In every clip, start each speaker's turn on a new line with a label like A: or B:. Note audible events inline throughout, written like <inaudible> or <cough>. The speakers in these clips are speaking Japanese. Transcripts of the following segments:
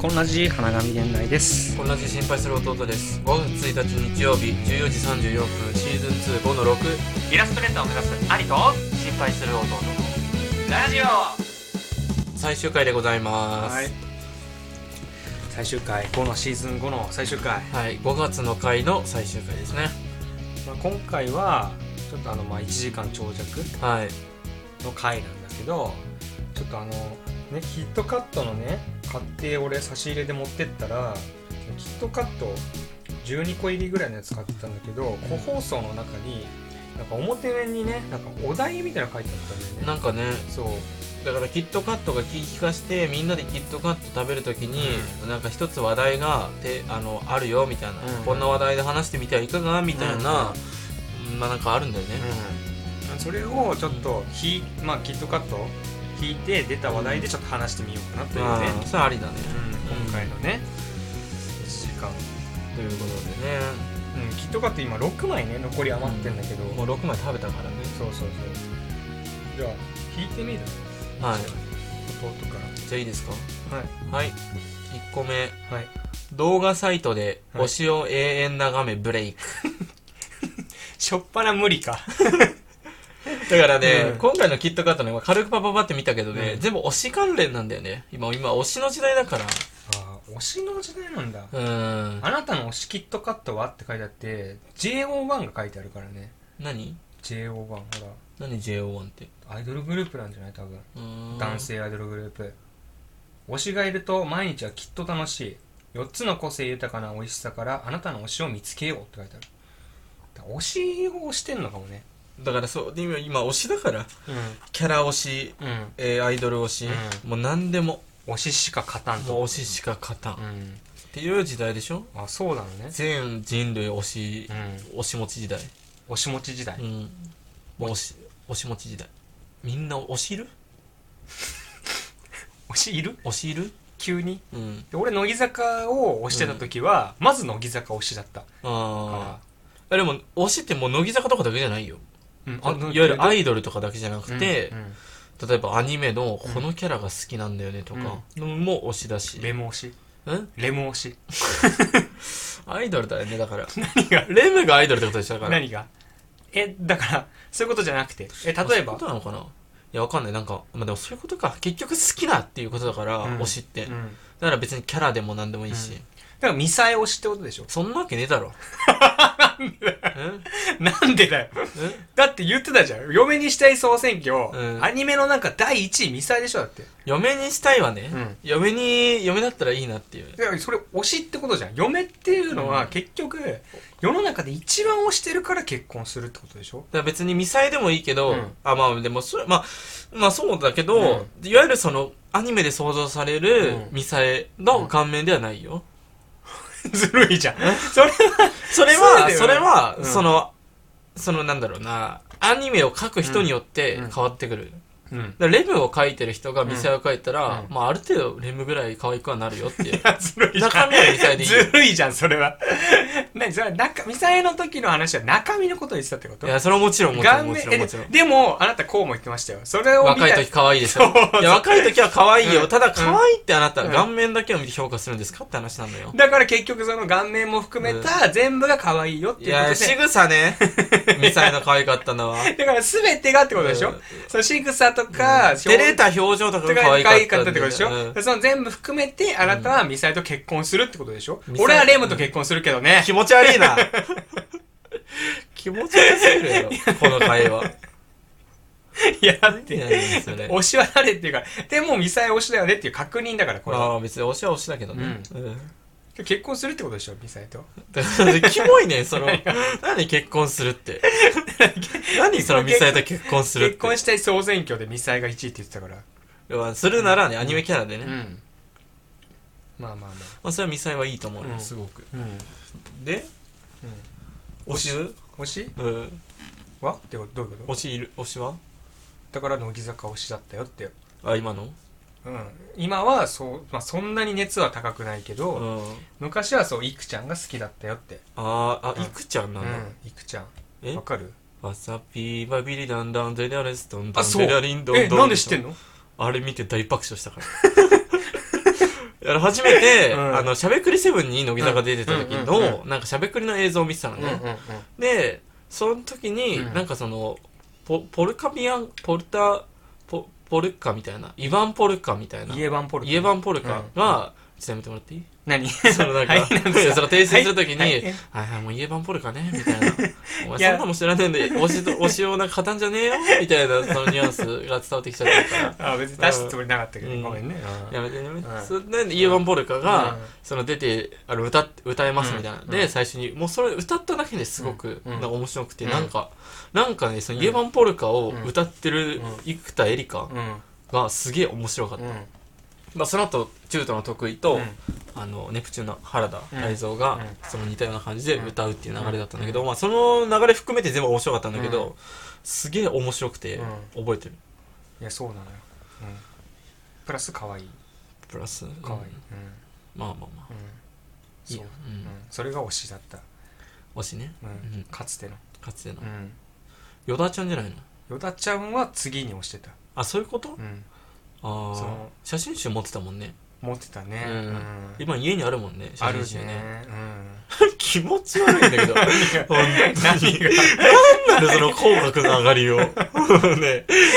A: こんなじ花神現代です
B: 同じ心配する弟です5月1日日曜日14時34分シーズン25の6
C: イラストレーターを目指す兄と心配する弟のラジオ
B: 最終回でございます
A: はい最終回5のシーズン5の最終回、
B: はい、5月の回の最終回ですね
A: まあ、今回はちょっとあのまあ1時間長尺
B: はい
A: の回なんだけどちょっとあのねキットカットのね買って俺差し入れで持ってったらキットカット12個入りぐらいのやつ買ってたんだけど個包装の中になんか表面にねなんかお題みたいなの書いてあったんだよね
B: なんかね
A: そう
B: だからキットカットが聞きかしてみんなでキットカット食べるときに、なんか一つ話題がてあのあるよみたいな、
A: うん
B: こんな話題で話してみてはいかがみたいな、まあなんかあるんだよね、
A: うん、それをちょっとひ、まあ、キットカットを引いて出た話題でちょっと話してみようかなというね
B: あ、あそれありだね
A: うん今回のね1時間、
B: ということでね
A: うん、キットカット今6枚ね残り余ってんだけど、
B: もう6枚食べたからね
A: そうそうそうじゃあ引いてみる
B: はい
A: 弟か
B: じゃあいいですから
A: はい
B: はい1個目
A: はい
B: 動画サイトで
A: はい
B: 推しを永遠眺めブレイク、
A: しょっぱな無理か
B: だからね、
A: うん
B: 今回のキットカットね軽くパパパって見たけどね、
A: うん
B: 全部推し関連なんだよね今今推しの時代だから
A: ああ推しの時代なんだ
B: うーん
A: あなたの推しキットカットはって書いてあって JO1 が書いてあるからね
B: 何
A: JO1 ほ
B: 何 JO1 って
A: らアイドルグループなんじゃない多分
B: うーん
A: 男性アイドルグループ推しがいると毎日はきっと楽しい4つの個性豊かな美味しさからあなたの推しを見つけようって書いてあるだから推しを推してんのかもね
B: だからそうで今今推しだから
A: う
B: キャラ推し、
A: ん、
B: えーアイドル推し、
A: う
B: もう何でも
A: 推ししか勝たんと
B: もう推ししか勝たん、
A: う
B: っ
A: ん
B: ていう時代でしょ
A: あそうなのね
B: 全人類推し
A: う、ん
B: 推し持ち時代
A: 推し持ち時代
B: うんもう推し推し持ち時代みんな推しいる
A: 推しいる
B: 推しいる
A: 急に
B: うん
A: で俺乃木坂を推してた時は、まず乃木坂推しだった
B: あ
A: か
B: あでも推しってもう乃木坂とかだけじゃないよ
A: ら、うん
B: いわゆるア
A: イ
B: イドルとかだけじゃなくて、
A: うん
B: 例えばアニメのこのキャラが好きなんだよねとか、もう推しだし
A: レモ推し
B: うん
A: レモ推し
B: アイドルだよねだ <laughs> から
A: 何が
B: レムがアイドルってことでしたから
A: 何がえだからそういうことじゃなくてえ
B: あそう
A: 例
B: い
A: え
B: う
A: ば
B: ことなのかないやわかんないなんかまあでもそういうことか結局好きなっていうことだから、
A: うん
B: 推しって、
A: う
B: だ
A: ん、だ
B: から別にキャラでも何でもいいし、
A: うんからミサエ推しってことでしょ
B: そんなわけねえだろ
A: <laughs> なんでだよ
B: ええ
A: だって言ってたじゃん嫁にしたい総選挙、
B: うん
A: アニメのなんか第1位ミサエでしょだって
B: 嫁にしたいわね、
A: うん
B: 嫁に嫁だったらいいなっていう
A: だからそれ推しってことじゃん嫁っていうのは結局、世の中で一番推してるから結婚するってことでしょ <laughs>
B: だから別にミサイでもいいけど、
A: うん
B: あまあでもそれまあまあそうだけど、いわゆるそのアニメで想像される
A: うん
B: ミサイの顔面ではないよ、
A: ずるいじゃんそれは
B: それ
A: そうだよ
B: は
A: ね
B: それは、
A: うん
B: そのそのなんだろうなアニメを描く人によって
A: うん
B: 変わってくる、
A: うん
B: だからレムを描いてる人がミサイを描いたら、
A: うん
B: まあある程度レムぐらい可愛くはなるよっていう
A: ずるいじゃん
B: 中身はミサイでいい
A: ずるいじゃんそれは <laughs> 何それは中ミサエの時の話は中身のことを言ってたってこと
B: いやそれはもちろんもちろ
A: 顔面
B: んもちろんもちろん
A: えでもあなたこうも言ってましたよそれを見た
B: 若い時可愛いでしょ
A: そうそう
B: いや若い時は可愛いよ、
A: うん
B: ただ可愛いってあなた、
A: うん
B: 顔面だけを見て評価するんですかって話なのよ
A: だから結局その顔面も含めた全部が可愛いよって
B: い
A: いうこ
B: や、
A: と
B: 仕
A: で、<laughs>
B: 草ね。ミサイの可愛かったのは。
A: だから全てがってことでしょ、
B: うん
A: その仕草とか、
B: 照れた表情とか
A: 表情と
B: が
A: かが
B: 可
A: 可
B: 愛
A: 愛か
B: か
A: っ
B: った
A: たってことでしょ、
B: うん
A: その全部含めてあなたはミサイと結婚するってことでしょ、
B: うん
A: 俺はレムと結婚するけどね、
B: 気持ち悪
A: <laughs>
B: いな。気持ち悪すぎるよ、この会話。
A: <laughs> いやだって
B: いやいやそれ
A: 推しは誰っていうかでもミサイ推しだよねっていう確認だからこれは
B: まあ別に推しは推しだけどね。うん
A: 結婚するってことでしょミサイと
B: だからキモいね、
A: <laughs>
B: その、何結婚するって。何そのミサイと結婚するって。
A: 結婚したい総選挙でミサイが1位って言ってたから
B: まあするならね、アニメキャラでね。ま
A: んまあまあまあ
B: あそれはミサイはいいと思う
A: う
B: よ、
A: ん
B: すごく。
A: う
B: で、推し
A: ん推し
B: うん。
A: はってことどういうこと
B: 推しいる、推しは
A: だから乃木坂推しだったよって
B: あ、今の
A: うん、今はそう、まあ、そんなに熱は高くないけど、
B: うん。
A: 昔はそういくちゃんが好きだったよって
B: あー、
A: うん
B: あ、いくちゃんな
A: うん
B: だ。
A: いくちゃん
B: え
A: わかる
B: わさびバビリダンダンデリアレスドンド
A: あ
B: ン
A: そう
B: デリアリンドン
A: え
B: ドン
A: なんで知ってんの
B: あれ見て大爆笑したからあの初めて、
A: うん
B: あの、しゃべくりセブンに乃木坂出てた時の、
A: うんうん
B: なんかしゃべくりの映像を見てたのね。で、その時に、
A: うん
B: なんかその、ポポルカビアン、ポルタ、ポポルカみたいな、イヴァン・ポルカみたいな、
A: イエバンポルト
B: イエバン・ポルカが、ちょっとやめても
A: <laughs>
B: らっていい
A: 何
B: そのなんか、
A: はいなんですか
B: その訂正するときに、
A: は
B: はいい、はい、もう家番ポルカね、みたいな。
A: <laughs>
B: お前
A: いや
B: そんなもん知らねえんで、推しと、
A: <laughs>
B: 推しをなんか語んじゃねえよ、みたいな、そのニュアンスが伝わってきちゃったか
A: あ別に出すつもりなかったけど、
B: うん
A: ごめんね、
B: ら。やめてやめて
A: う。ん
B: そんなんで、家番ポルカが、
A: うん
B: その出て、あの、歌って、歌えますみたいな。
A: うんう
B: で、
A: ん
B: 最初に、もうそれ歌っただけですごく、
A: うん
B: なんか面白くて、
A: うん
B: なんか、なんかね、その家番ポルカを歌ってる
A: うん
B: 生田絵梨花
A: うんうん
B: がすげえ面白かった。まあ、その後、中途の得意と、あのネプチューンの原田泰造が、
A: うんうん
B: その似たような感じで歌うっていう流れだったんだけど、まあ、その流れ含めて全部面白かったんだけど、
A: う
B: すげえ面白くて
A: う
B: 覚えてる、
A: いやそうなのよ、うん、プラス可愛い
B: プラス
A: 可愛い、
B: うん
A: う
B: まあまあまあ
A: んうん
B: い
A: そ
B: い
A: う
B: よ、
A: う
B: うん
A: ん、それが推しだった、
B: 推しね、
A: うん
B: うん
A: かつての、
B: かつての
A: うん、
B: ヨダちゃんじゃないの
A: ヨダちゃんは次に推してた、
B: あそういうこと、
A: うん、
B: あ
A: そ
B: あ
A: の
B: 写真集持ってたもんね
A: 持ってたね、
B: うん
A: うん
B: 今家にあるもんね写
A: ある
B: 真
A: ね
B: 集ね
A: うん
B: <laughs> 気持ち悪いん
A: <laughs>
B: だけど本当になんでその口角の上がりを <laughs> ね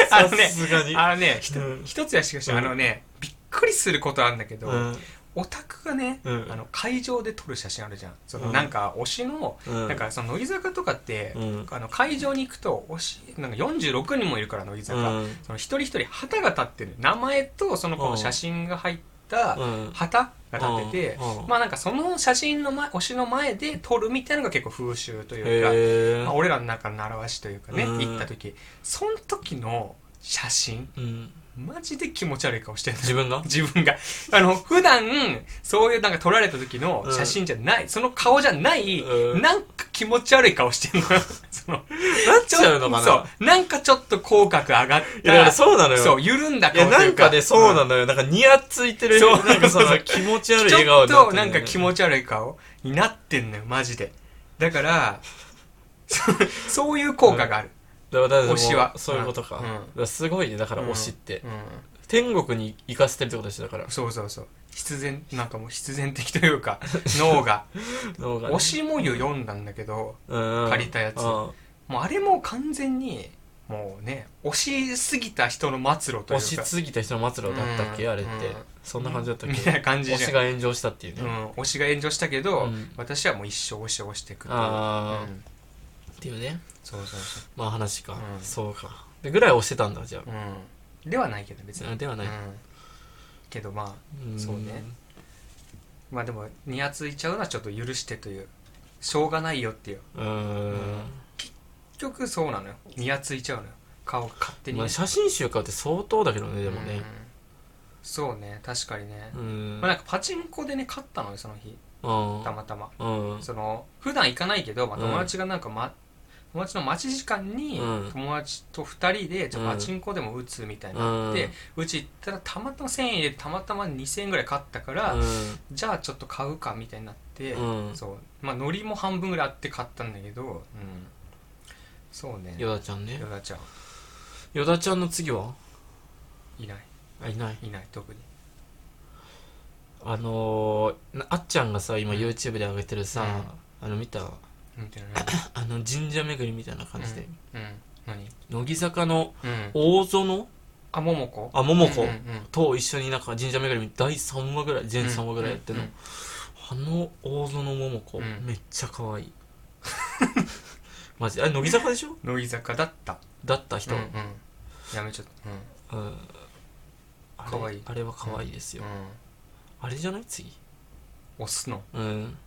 A: あの
B: さ
A: ね
B: すがに
A: あのねひと
B: うん
A: 一つやしかし、
B: うん
A: あのねびっくりすることあるんだけど、
B: うん
A: オタクがね、
B: うん
A: あの会場で撮る写真あるじゃんそうの
B: ん
A: なんか推しの、
B: うん
A: なんかその乃木坂とかって、
B: うん
A: あの会場に行くと推しなんか46人もいるから乃木
B: う
A: 坂、
B: ん
A: その一人一人旗が立ってる名前とその子の写真が入った
B: うん
A: 旗が立ってて、
B: うんうん
A: まあなんかその写真の前推しの前で撮るみたいなのが結構風習というか、
B: へえ
A: まあ、俺らの中の習わしというかね、
B: うん
A: 行った時その時の写真
B: うん、
A: マジで気持ち悪い顔してる
B: 自分が
A: <laughs> 自分が。あの、普段、そういうなんか撮られた時の写真じゃない、その顔じゃない、
B: うん
A: なんか気持ち悪い顔してんのよ。 <laughs> その、
B: なっちゃうのかな
A: そう。なんかちょっと口角上がっ
B: いやだから
A: た。
B: そうなのよ
A: そう、緩んだ
B: いや
A: 顔と
B: ない
A: うんか。
B: かねそうなのよ、なんかニヤついてる
A: そう
B: なんかそ
A: そう
B: の
A: そう
B: 気持ち悪い
A: ちょ
B: 笑顔
A: っ
B: になって
A: となんか気持
B: ち
A: ち悪い顔になってんのよ、マジで。だ <laughs> から、そうそういう効果がある。
B: だから
A: 推しは
B: そういうことか,、
A: うん
B: だからすごいねだから
A: うん
B: 推しって、
A: うん
B: 天国に行かせてるってことでしょだから
A: そうそうそう。必然、なんかもう必然的という <laughs> か、脳が。
B: 脳がね
A: 推しもゆ読んだんだけど、
B: うん
A: 借りたやつ
B: うん
A: もうあれも完全にもうね押しすぎた人の末路という
B: 推
A: か
B: しすぎた人の末路だったっけ、
A: うん
B: あれって、
A: うん
B: そんな感じだったっ
A: み
B: け
A: たいな感じ
B: 推
A: じゃ
B: し
A: ん
B: が炎上したっていうね、
A: う
B: っ
A: ん、推しが炎上したけど、
B: うん
A: 私はもう一生推しを推していくと
B: あー
A: うん
B: ていうね
A: そうそうそ
B: まあ話か、
A: うん
B: そうかでぐらい推してたんだじゃ
A: う、うん、ではないけど別
B: あ、
A: に、
B: では
A: う
B: ない、
A: んけどまあ
B: ん
A: そうねまあでもニヤついちゃうのはちょっと許してというしょうがないよっていう
B: うー
A: うん
B: ん
A: 結局そうなのよニヤついちゃうのよ顔が勝手に、
B: まあ、写真集買うって相当だけどねでも
A: うん
B: ね
A: そうね確かにね、
B: うん
A: まあ、なんかパチンコでね勝ったのよその日
B: うん
A: たまたま
B: うん
A: その普段行かないけど、まあ、
B: うん
A: 友達がなんか、ま友達の待ち時間に
B: うん
A: 友達と2人でちょっと
B: うん
A: パチンコでも打つみたいになって、うち行ったらたまたま1000円入れてたまたま2000円ぐらい買ったから、
B: う
A: じゃあちょっと買うかみたいになって、
B: んうん
A: そうまあノリも半分ぐらいあって買ったんだけど、うん、そうね
B: ヨダちゃんね
A: よだちゃん
B: ヨダちゃんの次はい
A: ない
B: あいない
A: いない特
B: <laughs>
A: に
B: あのーなあっちゃんがさ今 YouTube で上げてるさあの見た
A: みたい
B: あの神社巡りみたいな感じで
A: なうん何
B: 乃木坂の
A: うん
B: 大園
A: あももこ
B: あ桃子
A: うんうん
B: と一緒になんか神社巡り第3話ぐらい全3話ぐらいやってるの
A: うん
B: あの大園桃子
A: うん
B: めっちゃ可愛い <laughs> マジあれ乃木坂でしょ
A: 乃木坂だった
B: だった人
A: うんうんやめちゃったうん
B: うんあれ
A: 可愛い
B: あれは可愛いですよ、あれじゃない次
A: うん、押すの
B: うん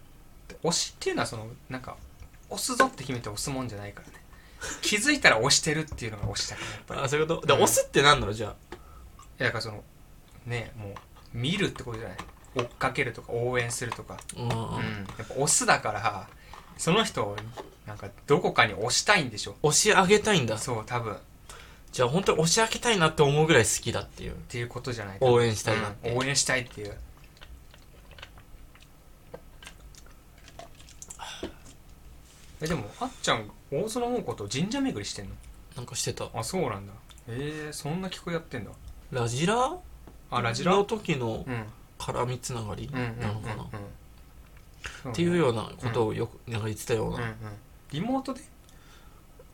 A: 押しっていうのはそのなんか押すぞって決めて押すもんじゃない
B: <laughs>
A: からね気づいたら押してるっていうのが押したからやっぱり
B: あそういうことで、
A: うん
B: 押すってなんだろうじゃ
A: いやだからそのねもう見るってことじゃない追っかけるとか応援するとか、
B: あうん、
A: うん、やっぱ押すだからその人をなんかどこかに押したいんでしょ
B: 押し上げたいんだ
A: そう多分っ
B: じゃあ本当に押し上げたいなって思うぐらい好きだっていう
A: ていうことじゃないか
B: 応援したいなって、
A: うん応援したいっていうえでもあっちゃん大園桃子と神社巡りしてんの
B: なんかしてた
A: あそうなんだへえそんな曲やってんだ
B: ラジラ
A: あラジラ
B: の時の
A: うん
B: か絡みつながり
A: うんうんうん
B: なのかな、っ
A: うん
B: ていうようなことをよくなんか言ってたような、
A: うんうんリモートで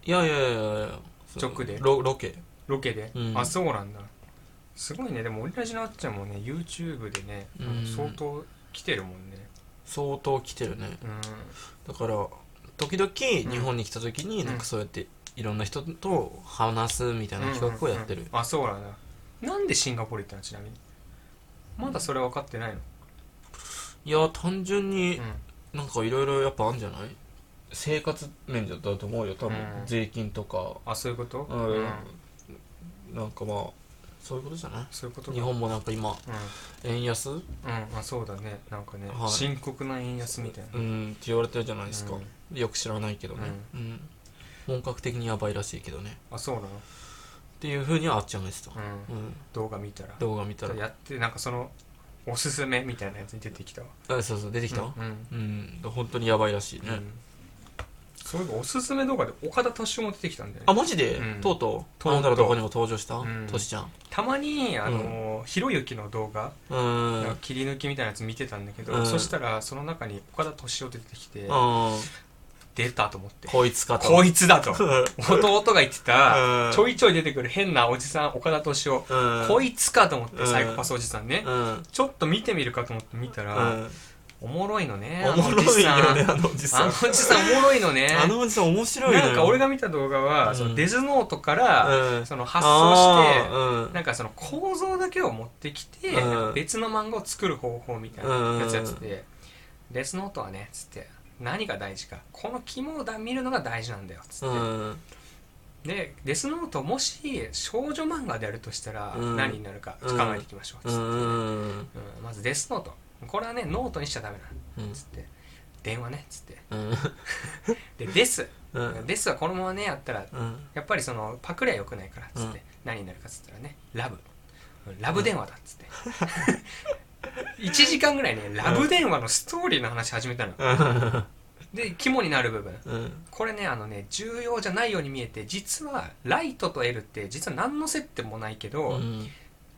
B: いやいやいやいやその
A: 直で
B: ロロケ
A: ロケで、
B: うん
A: あそうなんだすごいねでもオリラジのあっちゃんもね YouTube でね、
B: うん
A: 相当来てるもんね
B: 相当来てるね
A: うん
B: だから時々日本に来た時に
A: うん
B: なんかそうやっていろんな人と話すみたいな企画をやってる、
A: うんうんうんあそうなんだなんでシンガポール行ったのちなみにまだそれ分かってないの、
B: いや単純に
A: うん
B: なんかいろいろやっぱあるんじゃない生活面だと思うよ多分、
A: うん
B: 税金とか
A: あそういうこと、
B: うん、
A: うん
B: なんかまあそういうことじゃない
A: そういうことか
B: 日本もなんか今円安、うん、っ
A: うん、うん、あそうだねなんかね、
B: はい
A: 深刻な円安みたいな、
B: て言われてるじゃないですか、よく知らないけどね、うん本格的にやばいらしいけどね
A: あそうなの、
B: っていうふうにはあっちゃんが言ってた、
A: うん、
B: うん、
A: 動画見たら
B: 動画見たら
A: やってなんかそのおすすめみたいなやつに出てきたわ
B: あそうそう出てきた、
A: うんうん
B: うん、本当にやばいらしいね、
A: うんそういえばおすすめ動画で岡田斗司夫も出てきたんだよ
B: あ
A: ね
B: マジで、
A: うん
B: とうとう
A: とうとう
B: なんだろうとこにも登場した、
A: うん
B: としちゃん
A: たまにあの、ひろゆきの動画、
B: うーん
A: なん
B: う
A: か切り抜きみたいなやつ見てたんだけど、
B: うん
A: そしたらその中に岡田斗司夫出てきて、
B: ん
A: 出たと思って
B: こいつかと
A: こいつだと
B: う
A: 弟が言ってた、
B: うん
A: ちょいちょい出てくる変なおじさん岡田斗司夫、
B: ん
A: こいつかと思って、
B: うん
A: サイコパスおじさんね、
B: うん
A: ちょっと見てみるかと思って見た
B: う
A: ら、
B: ん
A: おもろいのね
B: おもろいよね
A: あ
B: あのおじさ
A: のお
B: ん
A: じさんあのおじさんおもろいのね
B: あのおじさん面白いのよ
A: なんか俺が見た動画は、
B: うん
A: そのデズノートから、
B: うん
A: その発想して、
B: あー
A: なんかその構造だけを持ってきて、
B: うん
A: なんか別の漫画を作る方法みたいなやつやつで、デスノートはねつって何が大事かこの肝をだ見るのが大事なんだよつっ
B: うん
A: て、
B: うん
A: でデスノートもし少女漫画でやるとしたら
B: うん
A: 何になるか考えていきましょう
B: う
A: つって、
B: ん
A: うんまずデスノートこれはねノートにしちゃダメだつって電話ねつって
B: うん
A: でデス、
B: うん
A: デスはこのままねやったら
B: うん
A: やっぱりそのパクリは良くないからっつって、
B: うん
A: 何になるかっつったらねラブラブ電話だっ
B: <laughs>
A: つって、1時間ぐらいねラブ電話のストーリーの話始めたので肝になる部分
B: うん
A: これねあのね重要じゃないように見えて実はライトとエルって実は何の接点もないけど、
B: うん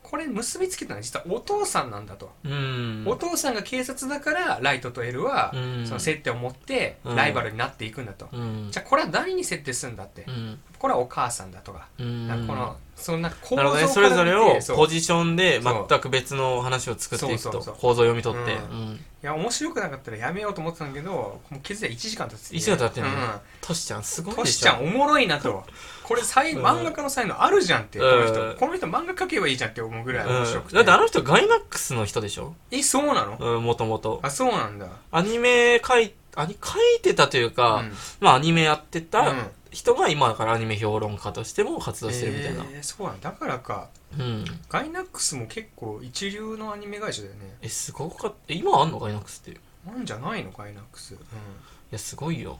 A: これ結びつけたのは実はお父さんなんだと、
B: うん
A: お父さんが警察だからライトとエルは、その接点を持って
B: うん
A: ライバルになっていくんだと、
B: うん
A: じゃあこれは誰に設定するんだって、
B: うん
A: これはお母さんだとか
B: うん
A: なんかこの、そのなんか構
B: なる
A: 造
B: ほ
A: から見
B: どね、
A: て
B: それぞれを
A: そう
B: ポジションで全く別の話を作って
A: そ
B: いく
A: うそ
B: と
A: うそう
B: 構造を読み取って、
A: う
B: うん
A: いや面白くなかったらやめようと思ってたんだけどもう気づいたら1時間経って
B: 一時間経ってん
A: ね
B: ね
A: う
B: トシちゃんすご
A: ん
B: い
A: ト
B: で
A: シ
B: し
A: ち
B: ょ
A: ゃんおもろいなとこれ才
B: うん
A: 漫画家の才能あるじゃんってこの
B: う
A: 人
B: ん
A: この人漫画描けばいいじゃんって思うぐらい面白く
B: うん、
A: て
B: だってあの人ガイナックスの人でしょ
A: えそうなの
B: うんもともと
A: あそうなんだ
B: アニメ書いアニ書いてたというか、
A: うん
B: まあアニメやって
A: う
B: た
A: ん
B: 人が今だからアニメ評論家としても活動してるみたいな、
A: えーそうなんだだからか
B: うん
A: ガイナックスも結構一流のアニメ会社だよね
B: えすごかったえ今あんのガイナックスってい
A: なんじゃないのガイナックスうん
B: やすごいよ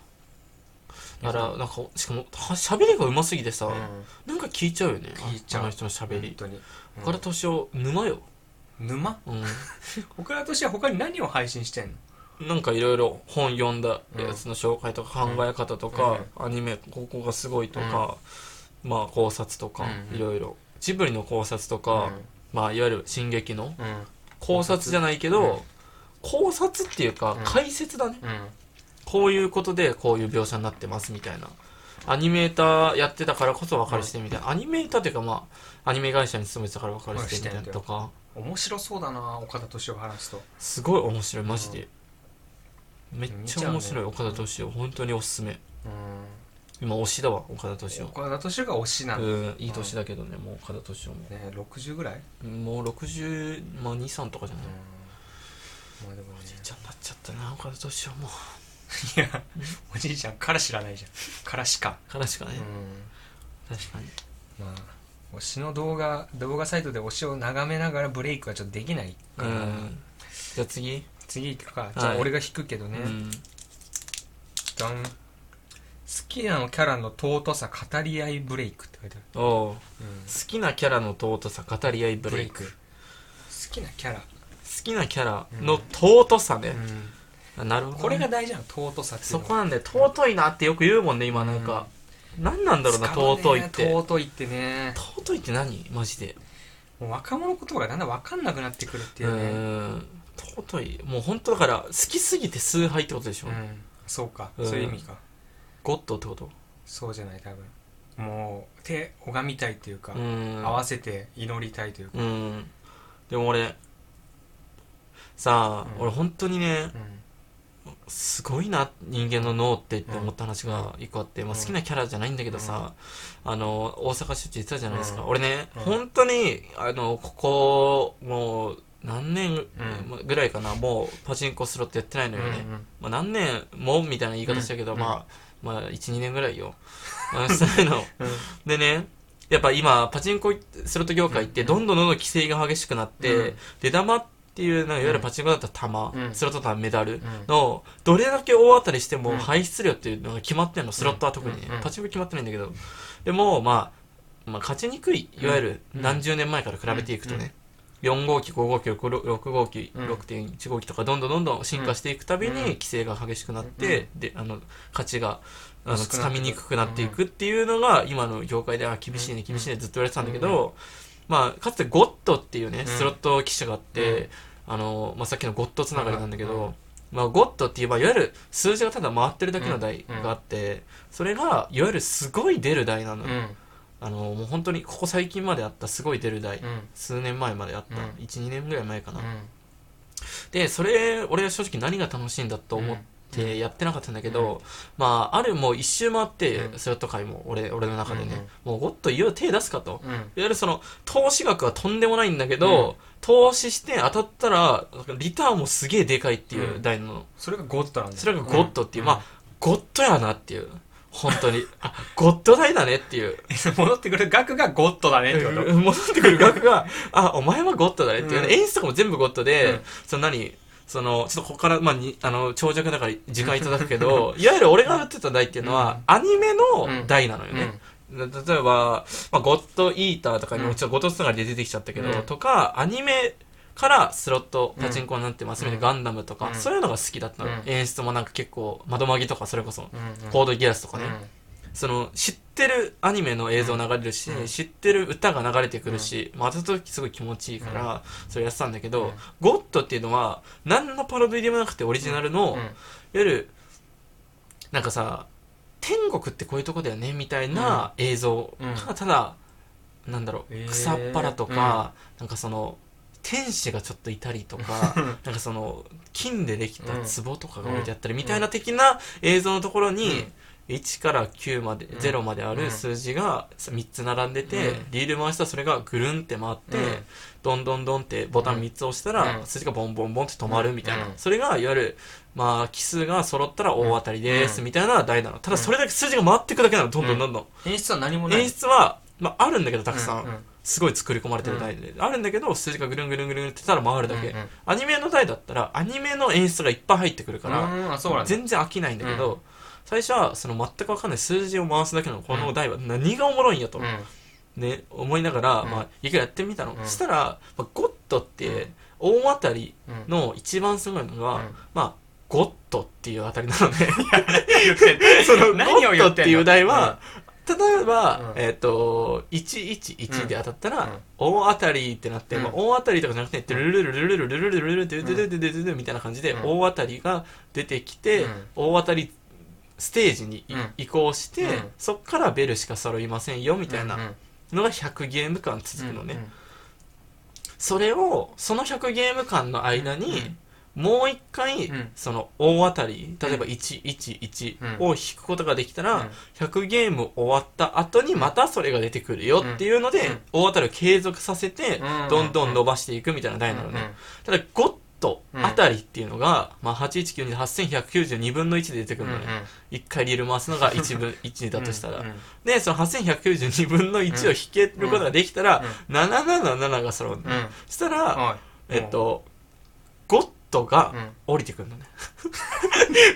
B: だからなんかしかもは喋りがうますぎてさ、
A: うん
B: なんか聞いちゃうよね
A: 聞いちゃう
B: あの人の喋
A: 本
B: り、
A: 当にうん
B: 岡田斗司夫沼よ、
A: 沼
B: うん、
A: 僕らとしては他に何を配信してんの
B: なんかいろいろ本読んだやつの紹介とか
A: うん
B: 考え方とか、アニメここがすごいとか、まあ考察とか
A: うん
B: いろいろジブリの考察とか、まあいわゆる「進撃」の
A: うんうん
B: 考察じゃないけど、
A: うん
B: 考察っていうか
A: うん
B: 解説だね、
A: うん
B: こういうことでこういう描写になってますみたいなアニメーターやってたからこそ分かりしてみたいな、アニメーターっていうかまあアニメ会社に勤めてたから分かりしてみたいなとか
A: 面白そうだな岡田斗司夫話すと
B: すごい面白いマジで、めっちゃ面
A: 見ちゃう
B: 白い
A: ね
B: 岡田斗司夫本当におすすめ
A: うん
B: 今推しだわ岡田斗司夫
A: 岡田斗司夫が推しなんだ、
B: うんいい年だけどね、もう岡田斗司夫も
A: ね60ぐらい、
B: もう6 2 3とかじゃない、
A: まあでもね
B: おじいちゃんになっちゃったな岡田斗司夫も
A: いやおじいちゃんから知らないじゃんからしか
B: 悲しか
A: う
B: ね
A: ん、
B: 確かに
A: まあ推しの動画動画サイトで推しを眺めながらブレイクはちょっとできないか
B: う
A: ら、
B: んじゃあ次、
A: 次行くかじゃあ
B: はい
A: 俺が引くけどね、
B: うん
A: ダン好きなのキャラの尊さ語り合いブレイクって書いてあ
B: おう好
A: る、
B: きなキャラの尊さ語り合いブレイク
A: 好きなキャラ、
B: 好きなキャラの尊さね、あなるほどね、
A: これが大事なの尊さっていうの
B: そ
A: は
B: こなんで尊いなってよく言うもんね今なんか、何なんだろうな尊いって
A: 尊いってね
B: 尊いって何マジで
D: もう若者言葉がだんだん分かんなくなってくるってい
B: う
D: うね
B: ーん尊いもう本当だから好きすぎて崇拝ってことでしょ、
D: うん、そうか、
B: うん
D: そういう意味か
B: ゴッドってこと
D: そうじゃない多分もう手拝みたいっていうか、
B: うーん
D: 合わせて祈りたいというか、
B: うんでも俺さあ、
D: うん
B: 俺本当にね
D: うん
B: すごいな人間の脳ってって思った話が一個あって、まあ、
D: うん
B: 好きなキャラじゃないんだけどさ、あの大阪出張行ってたじゃないですか、
D: うん
B: 俺ね、
D: うん
B: 本当にあのここもう何年ぐらいかな、もうパチンコスロットやってないのよね、まあ、何年もみたいな言い方したけど、
D: うん
B: まあ、まあ12年ぐらいよあ <laughs> したいの
D: うん
B: でねやっぱ今パチンコスロット業界ってどんどんどんどん規制が激しくなって、
D: うん
B: 出玉っていうなんかいわゆるパチンコだったら玉、
D: うん
B: スロットだったらメダ
D: う
B: ル
D: ん
B: のどれだけ大当たりして
D: う
B: も
D: ん
B: 排出量っていうのが決まってんのスロットは特にね、
D: うんうん
B: パチンコ決まってないんだけどでも、まあ、まあ勝ちにくいいわゆる何十年前から比べていくとね、
D: うんう
B: 4号機5号機6号機
D: うん
B: 6.1号機とかどんどんどんどん進化していくたび
D: うん
B: に規制が激しくなって、であの価値があの
D: 薄く
B: つ
D: なっ
B: か
D: てくる
B: みにくくなっていくっていうのが今の業界では厳しいね厳しいねずっと言われてたんだけど、まあ、かつてゴッドっていうね
D: ん
B: スロット機種があって、あのまあ、さっきのゴッドつながりなんだけど、まあ、ゴッドっていう、まあ、いわゆる数字がただ回ってるだけの台があって、それがいわゆるすごい出る台なの,、
D: うん
B: あのもう本当にここ最近まであったすごい出る台、
D: うん
B: 数年前まであった、
D: うん
B: 12年ぐらい前かな、
D: うん
B: でそれ俺は正直何が楽しいんだと思ってやってなかったんだけど、まああるもう一周回って
D: うん
B: スロット界も俺俺の中でね、もうゴッドいよいよ手出すかと、
D: うんうん
B: いわゆるその投資額はとんでもないんだけど、投資して当たったらリターンもすげえでかいっていう台の、
D: それがゴッドなんだよ
B: それがゴッドっていう、まあゴッドやなっていう本当にあゴッド台だねっていう
D: うん戻ってくる額がゴッドだねってこと
B: 戻ってくる額があお前はゴッドだねっていう、ね
D: うん
B: 演出とかも全部ゴッドで、
D: うん
B: その何そのちょっとここから、まあ、にあの長尺だから時間いただくけどいわゆる俺が打ってた台っていうのは、アニメの台なのよね、例えば、まあ、ゴッドイーターとかに
D: うん
B: もちょっとゴッドつながりで出てきちゃったけど、
D: うん
B: とかアニメからスロット
D: うん
B: パチンコになってますみたい
D: うん
B: なガンダムとか、
D: うん
B: そういうのが好きだったの、
D: うん
B: 演出もなんか結構窓紛とかそれこそ、
D: うんうん
B: コードギアスとかね、
D: うん
B: その知ってるアニメの映像流れるし、
D: うん
B: 知ってる歌が流れてくるし、まあ当たった時すごい気持ちいいから、それやってたんだけど、
D: うん
B: ゴッドっていうのは何のパロディでもなくてオリジナルの、
D: うん
B: いわゆるなんかさ天国ってこういうとこだよねみたいな映像
D: うん
B: がただ、なんだろ
D: えー
B: う草っぱらとか、なんかその天使がちょっといたり
D: <laughs>
B: とかなんかその金でできた壺とかが置いてあったりみたいな的な映像のところに、1から9まで、
D: ん
B: 0まである数字が3つ並んでて、
D: うん
B: リール回したらそれがぐるんって回って、
D: うん
B: どんどんどんってボタン3つ押したら、
D: うん
B: 数字がボンボンボンって止まるみたいな、
D: うん
B: それがいわゆる、まあ、奇数が揃ったら大当たりです
D: うん
B: みたいな台なのただそれだけ数字が回っていくだけなのどんどんどんどん、
D: 演出は何もない
B: 演出は、まあ、あるんだけどたくさん、
D: うんうん
B: すごい作り込まれてる台で、あるんだけど数字がぐるんぐるんぐるんってたら回るだけ、
D: うんうん
B: アニメの台だったらアニメの演出がいっぱい入ってくるから、
D: うんあそうなんだ
B: 全然飽きないんだけど、
D: う
B: 最初はその全く分かんない数字を回すだけのこのお題は何がおもろいんやと、
D: うん
B: ね、思いながら、
D: うん
B: まあ、いくらやってみたの、
D: うん
B: そしたら、まあ、ゴッドっ
D: う
B: て大当たり
D: うん
B: の一番すごいのが、
D: うん
B: まあゴッドっていう当たりなので
D: 言ってんの
B: その
D: 何を言ってんの
B: ゴッドっていう題は、例えば、
D: うん
B: えっ、と111で当たったら、
D: うん
B: 大当たりってなって、
D: うん
B: まあ、大当たりとかじゃなくて、ルルルルルルルルルルルルルルルルルルルみたいな感じで、
D: うん
B: 大当たりが出てきて、
D: うん
B: 大当たりステージにい
D: うん
B: 移行して、
D: うん
B: そっからベルしか揃いませんよみたい
D: うんう
B: なんのが100ゲーム間続くのね、
D: うんうん
B: それをその100ゲーム間の間に、もう一回、
D: うん
B: その大当たり例えば
D: う
B: 111
D: うん
B: を引くことができたら、
D: うん
B: 100ゲーム終わった後にまたそれが出てくるよっていうので、
D: うん
B: 大当たりを継続させて、
D: うん
B: どんどん伸ばしていくみたいな台なのね、ただゴッドあたりっていうのが、まあ、8192で8192分の1で出てく
D: うん
B: る
D: うん
B: のね、一回リール回すのが1分
D: <laughs>
B: 1だとしたら、
D: うんうん
B: でその8192分の1を引けることができたら、777が揃うの
D: うんうん
B: そしたら、
D: おい
B: えっとゴッドが
D: うん
B: 降りてくるのね <laughs>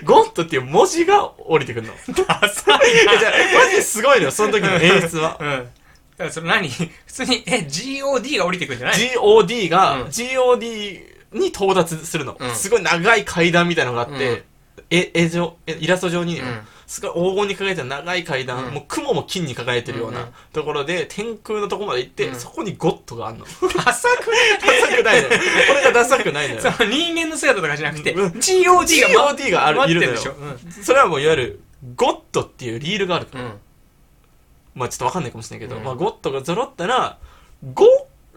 B: ゴッドっていう文字が降りてくるの
D: ダサいな
B: えじゃあマジですごいのよその時の演
A: <laughs>
B: 出は
D: うんだからそれ何普通にえ GOD が降りてくるんじゃない
B: GOD が、
D: うん
B: GOD に到達するの、
D: うん
B: すごい長い階段みたいなのがあっ
D: うん
B: て、え絵上えイラスト上にね、
D: う
B: すごい黄金に輝いた長い階段、
C: うん
B: もう雲も金に輝いてるよう
C: うんう
B: なんところで、天空のとこまで行って、
C: うん
B: そこにゴッドがあんの。ダ
D: ダサく
B: サくないのよ。これがダサくないのよ。
D: その人間の姿とかじゃなくて、
B: うん
D: GOD が
B: GOD がある
D: 待って
B: い
D: るで
B: るの
D: しょ
B: よ。それはもういわゆる、ゴッドっていうリールがあるから。
C: うん
B: まあちょっとわかんないかもしれないけど、
C: うん
B: まあゴッドが揃ったら、5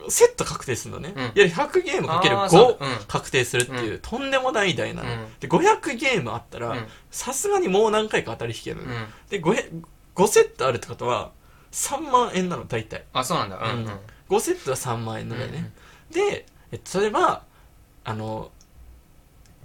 B: セット確定するんだね。
C: うん
B: いわゆる100ゲームかける
C: あーそう
B: 5
C: うん
B: 確定するっていう、とんでもない台なの。
C: うん
B: で、500ゲームあったら、さすがにもう何回か当たり引ける、
C: うんうん
B: で 5, 5セットあるってことは3万円なの大体
C: あそうなんだうんうん
B: うん5セットは3万円のだよね、でえっとそれはあの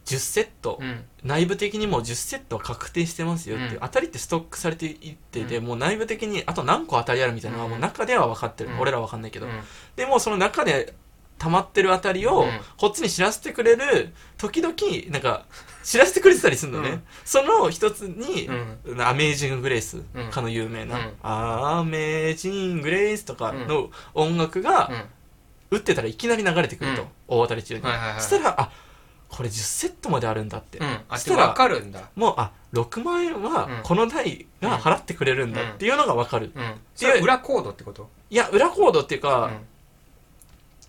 B: 10セット、
C: うん
B: 内部的にもう10セットは確定してますよっていう、
C: うん
B: 当たりってストックされていってて、
C: うん
B: もう内部的にあと何個当たりあるみたいなのはもう中では分かってる、
C: うん
B: 俺らは分かんないけど、
C: うん
B: でもうその中で溜まってるあたり
C: う
B: を
C: ん
B: こっちに知らせてくれる時々なんか知らせてくれてたりするのね、
C: うん
B: その一つに
C: う、
B: アメージング・グレイス
C: うん
B: かの有名な、
C: うん
B: アメージング・グレイスとかの音楽が
C: ん
B: 打ってたらいきなり流れてくると、
C: うん
B: 大当たり中に、
C: はいはいはい
B: そしたらあこれ10セットまであるんだって、
C: うんあ
B: し
C: って
B: たら
C: わかるんだ
B: もうあ6万円
C: うん
B: はこの台が払ってくれるんだっていうのが分かる、
C: うんそれは裏コードってこと
B: いや裏コードっていう
C: う
B: か、
C: ん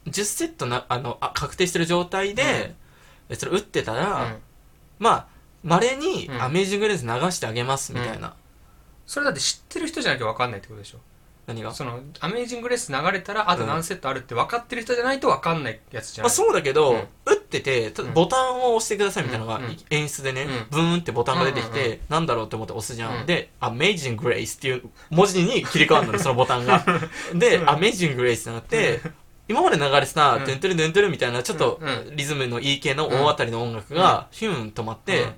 B: 10セットなあのあ確定してる状態で、それ打ってたら、
C: うん
B: まあ稀に
C: うん
B: アメージング・グレイス流してあげますみたいな、
C: それだって知ってる人じゃなきゃわかんないってことでしょ
B: 何が
C: そのアメージングレース流れたらあと何セットあるって分かってる人じゃないと分かんないやつじゃ
B: ま
C: な
B: あ、
C: い、
B: そうだけど、
C: うん
B: 打っててた
C: うん
B: ボタンを押してくださいみたいなのが、
C: うんうん
B: 演出でね、
C: うん
B: ブーンってボタンが出てきて、
C: うんうん
B: なんだろうって思って押すじゃん、
C: うん
B: で「Amazing Grace」っていう文字に切り替わ
C: <laughs>
B: るのねそのボタンがで「Amazing Grace」になって、今まで流れてた
C: う
B: 「
C: ん
B: ドゥントゥルドゥントゥル」みたいなちょっと
C: うんう
B: リズムのいい系の大当たりの音楽がヒューン止まって、
C: うん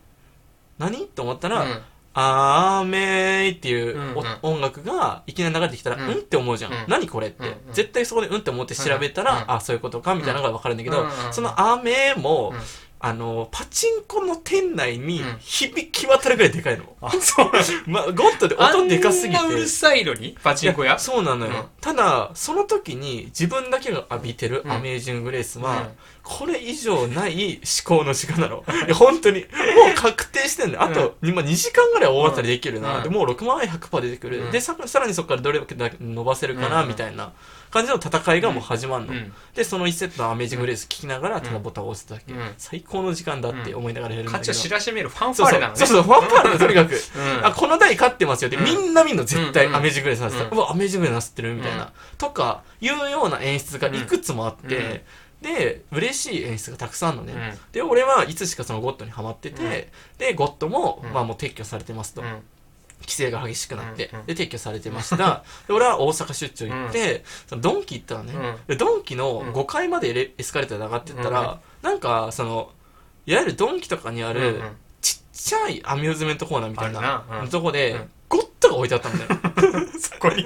B: 何と思った
C: う
B: ら「
C: ん
B: あーめーいっていうお
C: うんうん
B: 音楽がいきなり流れてきたら、
C: う
B: うんん、って思うじゃん。
C: うん
B: 何これっ
C: う
B: て、
C: んうん
B: 絶対そこでうんって思って調べたら、
C: うんうん
B: あ、そういうことかみたいなのがわかるんだけど、
C: うんうんうん
B: そのあーめーも、
C: うん
B: あの、パチンコの店内に
C: うん
B: 響き渡るぐらいでかいの。
C: あそう
B: まあ、ゴッドで音でかすぎて
C: あん。なうるさいのにパチンコ
B: い
C: 屋
B: や <laughs> そうなのよ、
C: うん
B: ただその時に自分だけが浴びてる
C: うん
B: アメージング・グレイス
C: う
B: は
C: ん、
B: これ以上ない思考の時間なの <laughs> いや本当にもう確定してんだよあと、今2時間ぐらい大当たりできる
C: う
B: な、
C: ん
B: でもう6万円100%出てくる、
C: うん
B: でささらにそこからどれだけ伸ばせるかな、
C: うん
B: みたいな感じの戦いがもう始まる
C: う
B: の、
C: ん
B: でその1セットのアメージング・グレイス聞きながら
C: ん
B: ただボタンを押すだけ、
C: うん
B: 最高の時間だって思いながらやるん
C: 価
B: だけ
C: 値
B: ど、
C: を知らしめるファンフ
B: そう
C: ァーレ
B: そう
C: なのね
B: そうそうファンファーレだとにかく
C: うん
B: あこの台勝ってますよって、
C: うん
B: みんなみんな絶対、
C: うん
B: アメージングレースなってた、
C: う
B: うんわアメージングレースなってるみたいな、
C: うん
B: とかいうような演出がいくつもあって、で嬉しい演出がたくさんあるのね、
C: うん
B: で俺はいつしかそのゴッドにはまってて、
C: うん
B: でゴッドも、
C: うん
B: まあもう撤去されてますと、
C: うん
B: 規制が激しくなって、
C: うんうん
B: で撤去されてましたで俺は大阪出張行って、そのドンキ行ったらね、
C: うん
B: でドンキの
C: うん
B: 5階までレエスカレーターで上がってった
C: うん
B: ら、なんかそのいわゆるドンキとかにあ
C: うん
B: る、
C: うん
B: ちっちゃいアミューズメントコーナーみたいな
C: あるなうん
B: とこで、
C: うん
B: ゴッドが置いてあった
C: <laughs>
B: んだよ。
C: そこに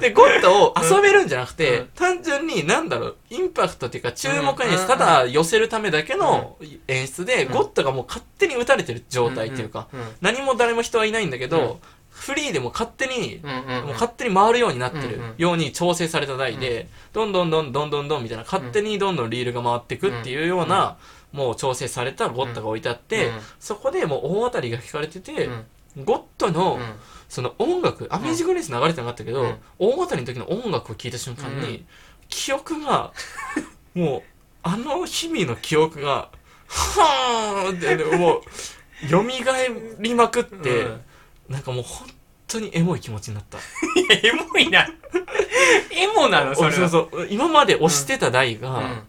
B: で、ゴッドを遊べるんじゃなくて、
C: うん
B: 単純に、なんだろう、インパクトっていうか、注目演出、
C: うん
B: ただ寄せるためだけの演出で、ゴッドがもう勝手に打たれてる状態っていうか、
C: うん
B: 何も誰も人はいないんだけど、
C: うん
B: フリーでも勝手に、
C: うんうん
B: もう勝手に回るようになってる
C: うんうん
B: ように調整された台で、どんどんどんどんどんどんみたいな、勝手にどんどんリールが回ってくっていうような、もう調整されたゴッドが置いてあって、
C: うん
B: そこでもう大当たりが聞かれてて、
C: うん
B: ゴッドの、
C: うん
B: その音楽、アメージグレース流れてなかったけど、
C: うん
B: 大当たりの時の音楽を聞いた瞬間に、
C: う
B: 記憶
C: <laughs>
B: が、もう、あの日々の記憶が、はーって、でもう、蘇りまくって、
C: うん
B: なんかもう本当にエモい気持ちになった。
C: エモいな <laughs> エモなのそれは
B: そうそう今まで押してた台が、
C: うん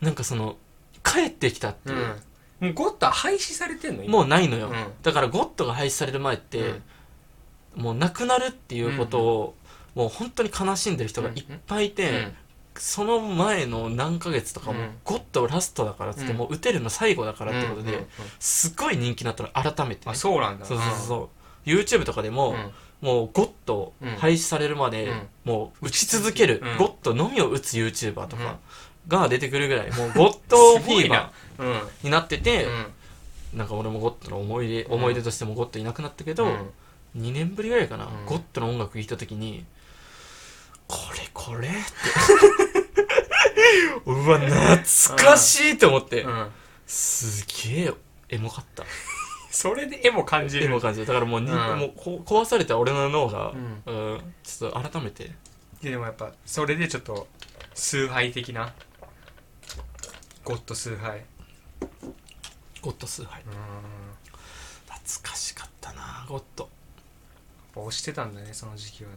B: なんかその、帰ってきたっていう。
C: うんもうゴッドは廃止されてんの
B: も
C: 今
B: うないのよ、
C: うん
B: だからゴッドが廃止される前って、
C: うん
B: もうなくなるっていうことを、もう本当に悲しんでる人がいっぱいいて、
C: うん
B: その前の何ヶ月とかも、
C: うん
B: ゴッドラストだからっつって、
C: うん
B: もう打てるの最後だからってことで、
C: うんうんうん
B: すごい人気になったの改めてね、
C: あそうなんだ
B: そうそうそうそう YouTube とかでも、
C: うん
B: もうゴッド廃止されるまで、
C: うん
B: もう打ち続ける、
C: うん
B: ゴッドのみを打つ YouTuber と
C: うん
B: かが出てくるぐらい、もうゴッド
C: す
B: フ
C: ごい
B: ィーバ
C: なうんうん
B: ーになってて、なんか俺もゴッドの思い出、思い出としてもゴッドいなくなったけど、
C: うん
B: 2年ぶりぐらいかな、
C: うん
B: ゴッドの音楽聴いた時に、これこ
A: <laughs>
B: れって。うわ、懐かしいと思って、
C: うん
B: すげえエモかった。
A: それで絵も感じ
B: 絵
A: る
B: も感じるだからもう,、に
A: うん
B: もうこ壊された俺の脳が、
A: うん
B: うんちょっと改めて
A: いやでもやっぱそれでちょっと崇拝的なゴッド崇拝
B: ゴッド崇拝
A: うんや
B: 懐かしかったなゴッド
A: っぱ押してたんだねその時期はね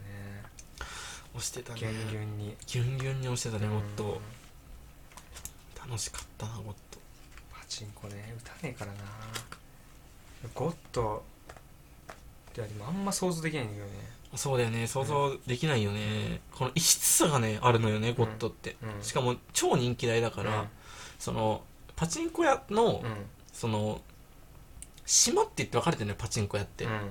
B: 押してたね
A: ギュンギュンに
B: ギュンギュンに押してたねゴッ
A: うん
B: ド楽しかったなゴッド
A: パチンコね打たねえからなゴッドいやでもあんま想像できないんだけどね
B: そうだよね想像できないよね、この異質さがねあるのよねゴッドって、
A: うん
B: しかも超人気台だから、そのパチンコ屋
A: う
B: の、
A: ん
B: その島って言って分かれてるのよパチンコ屋って、
A: う
B: いわ
A: ん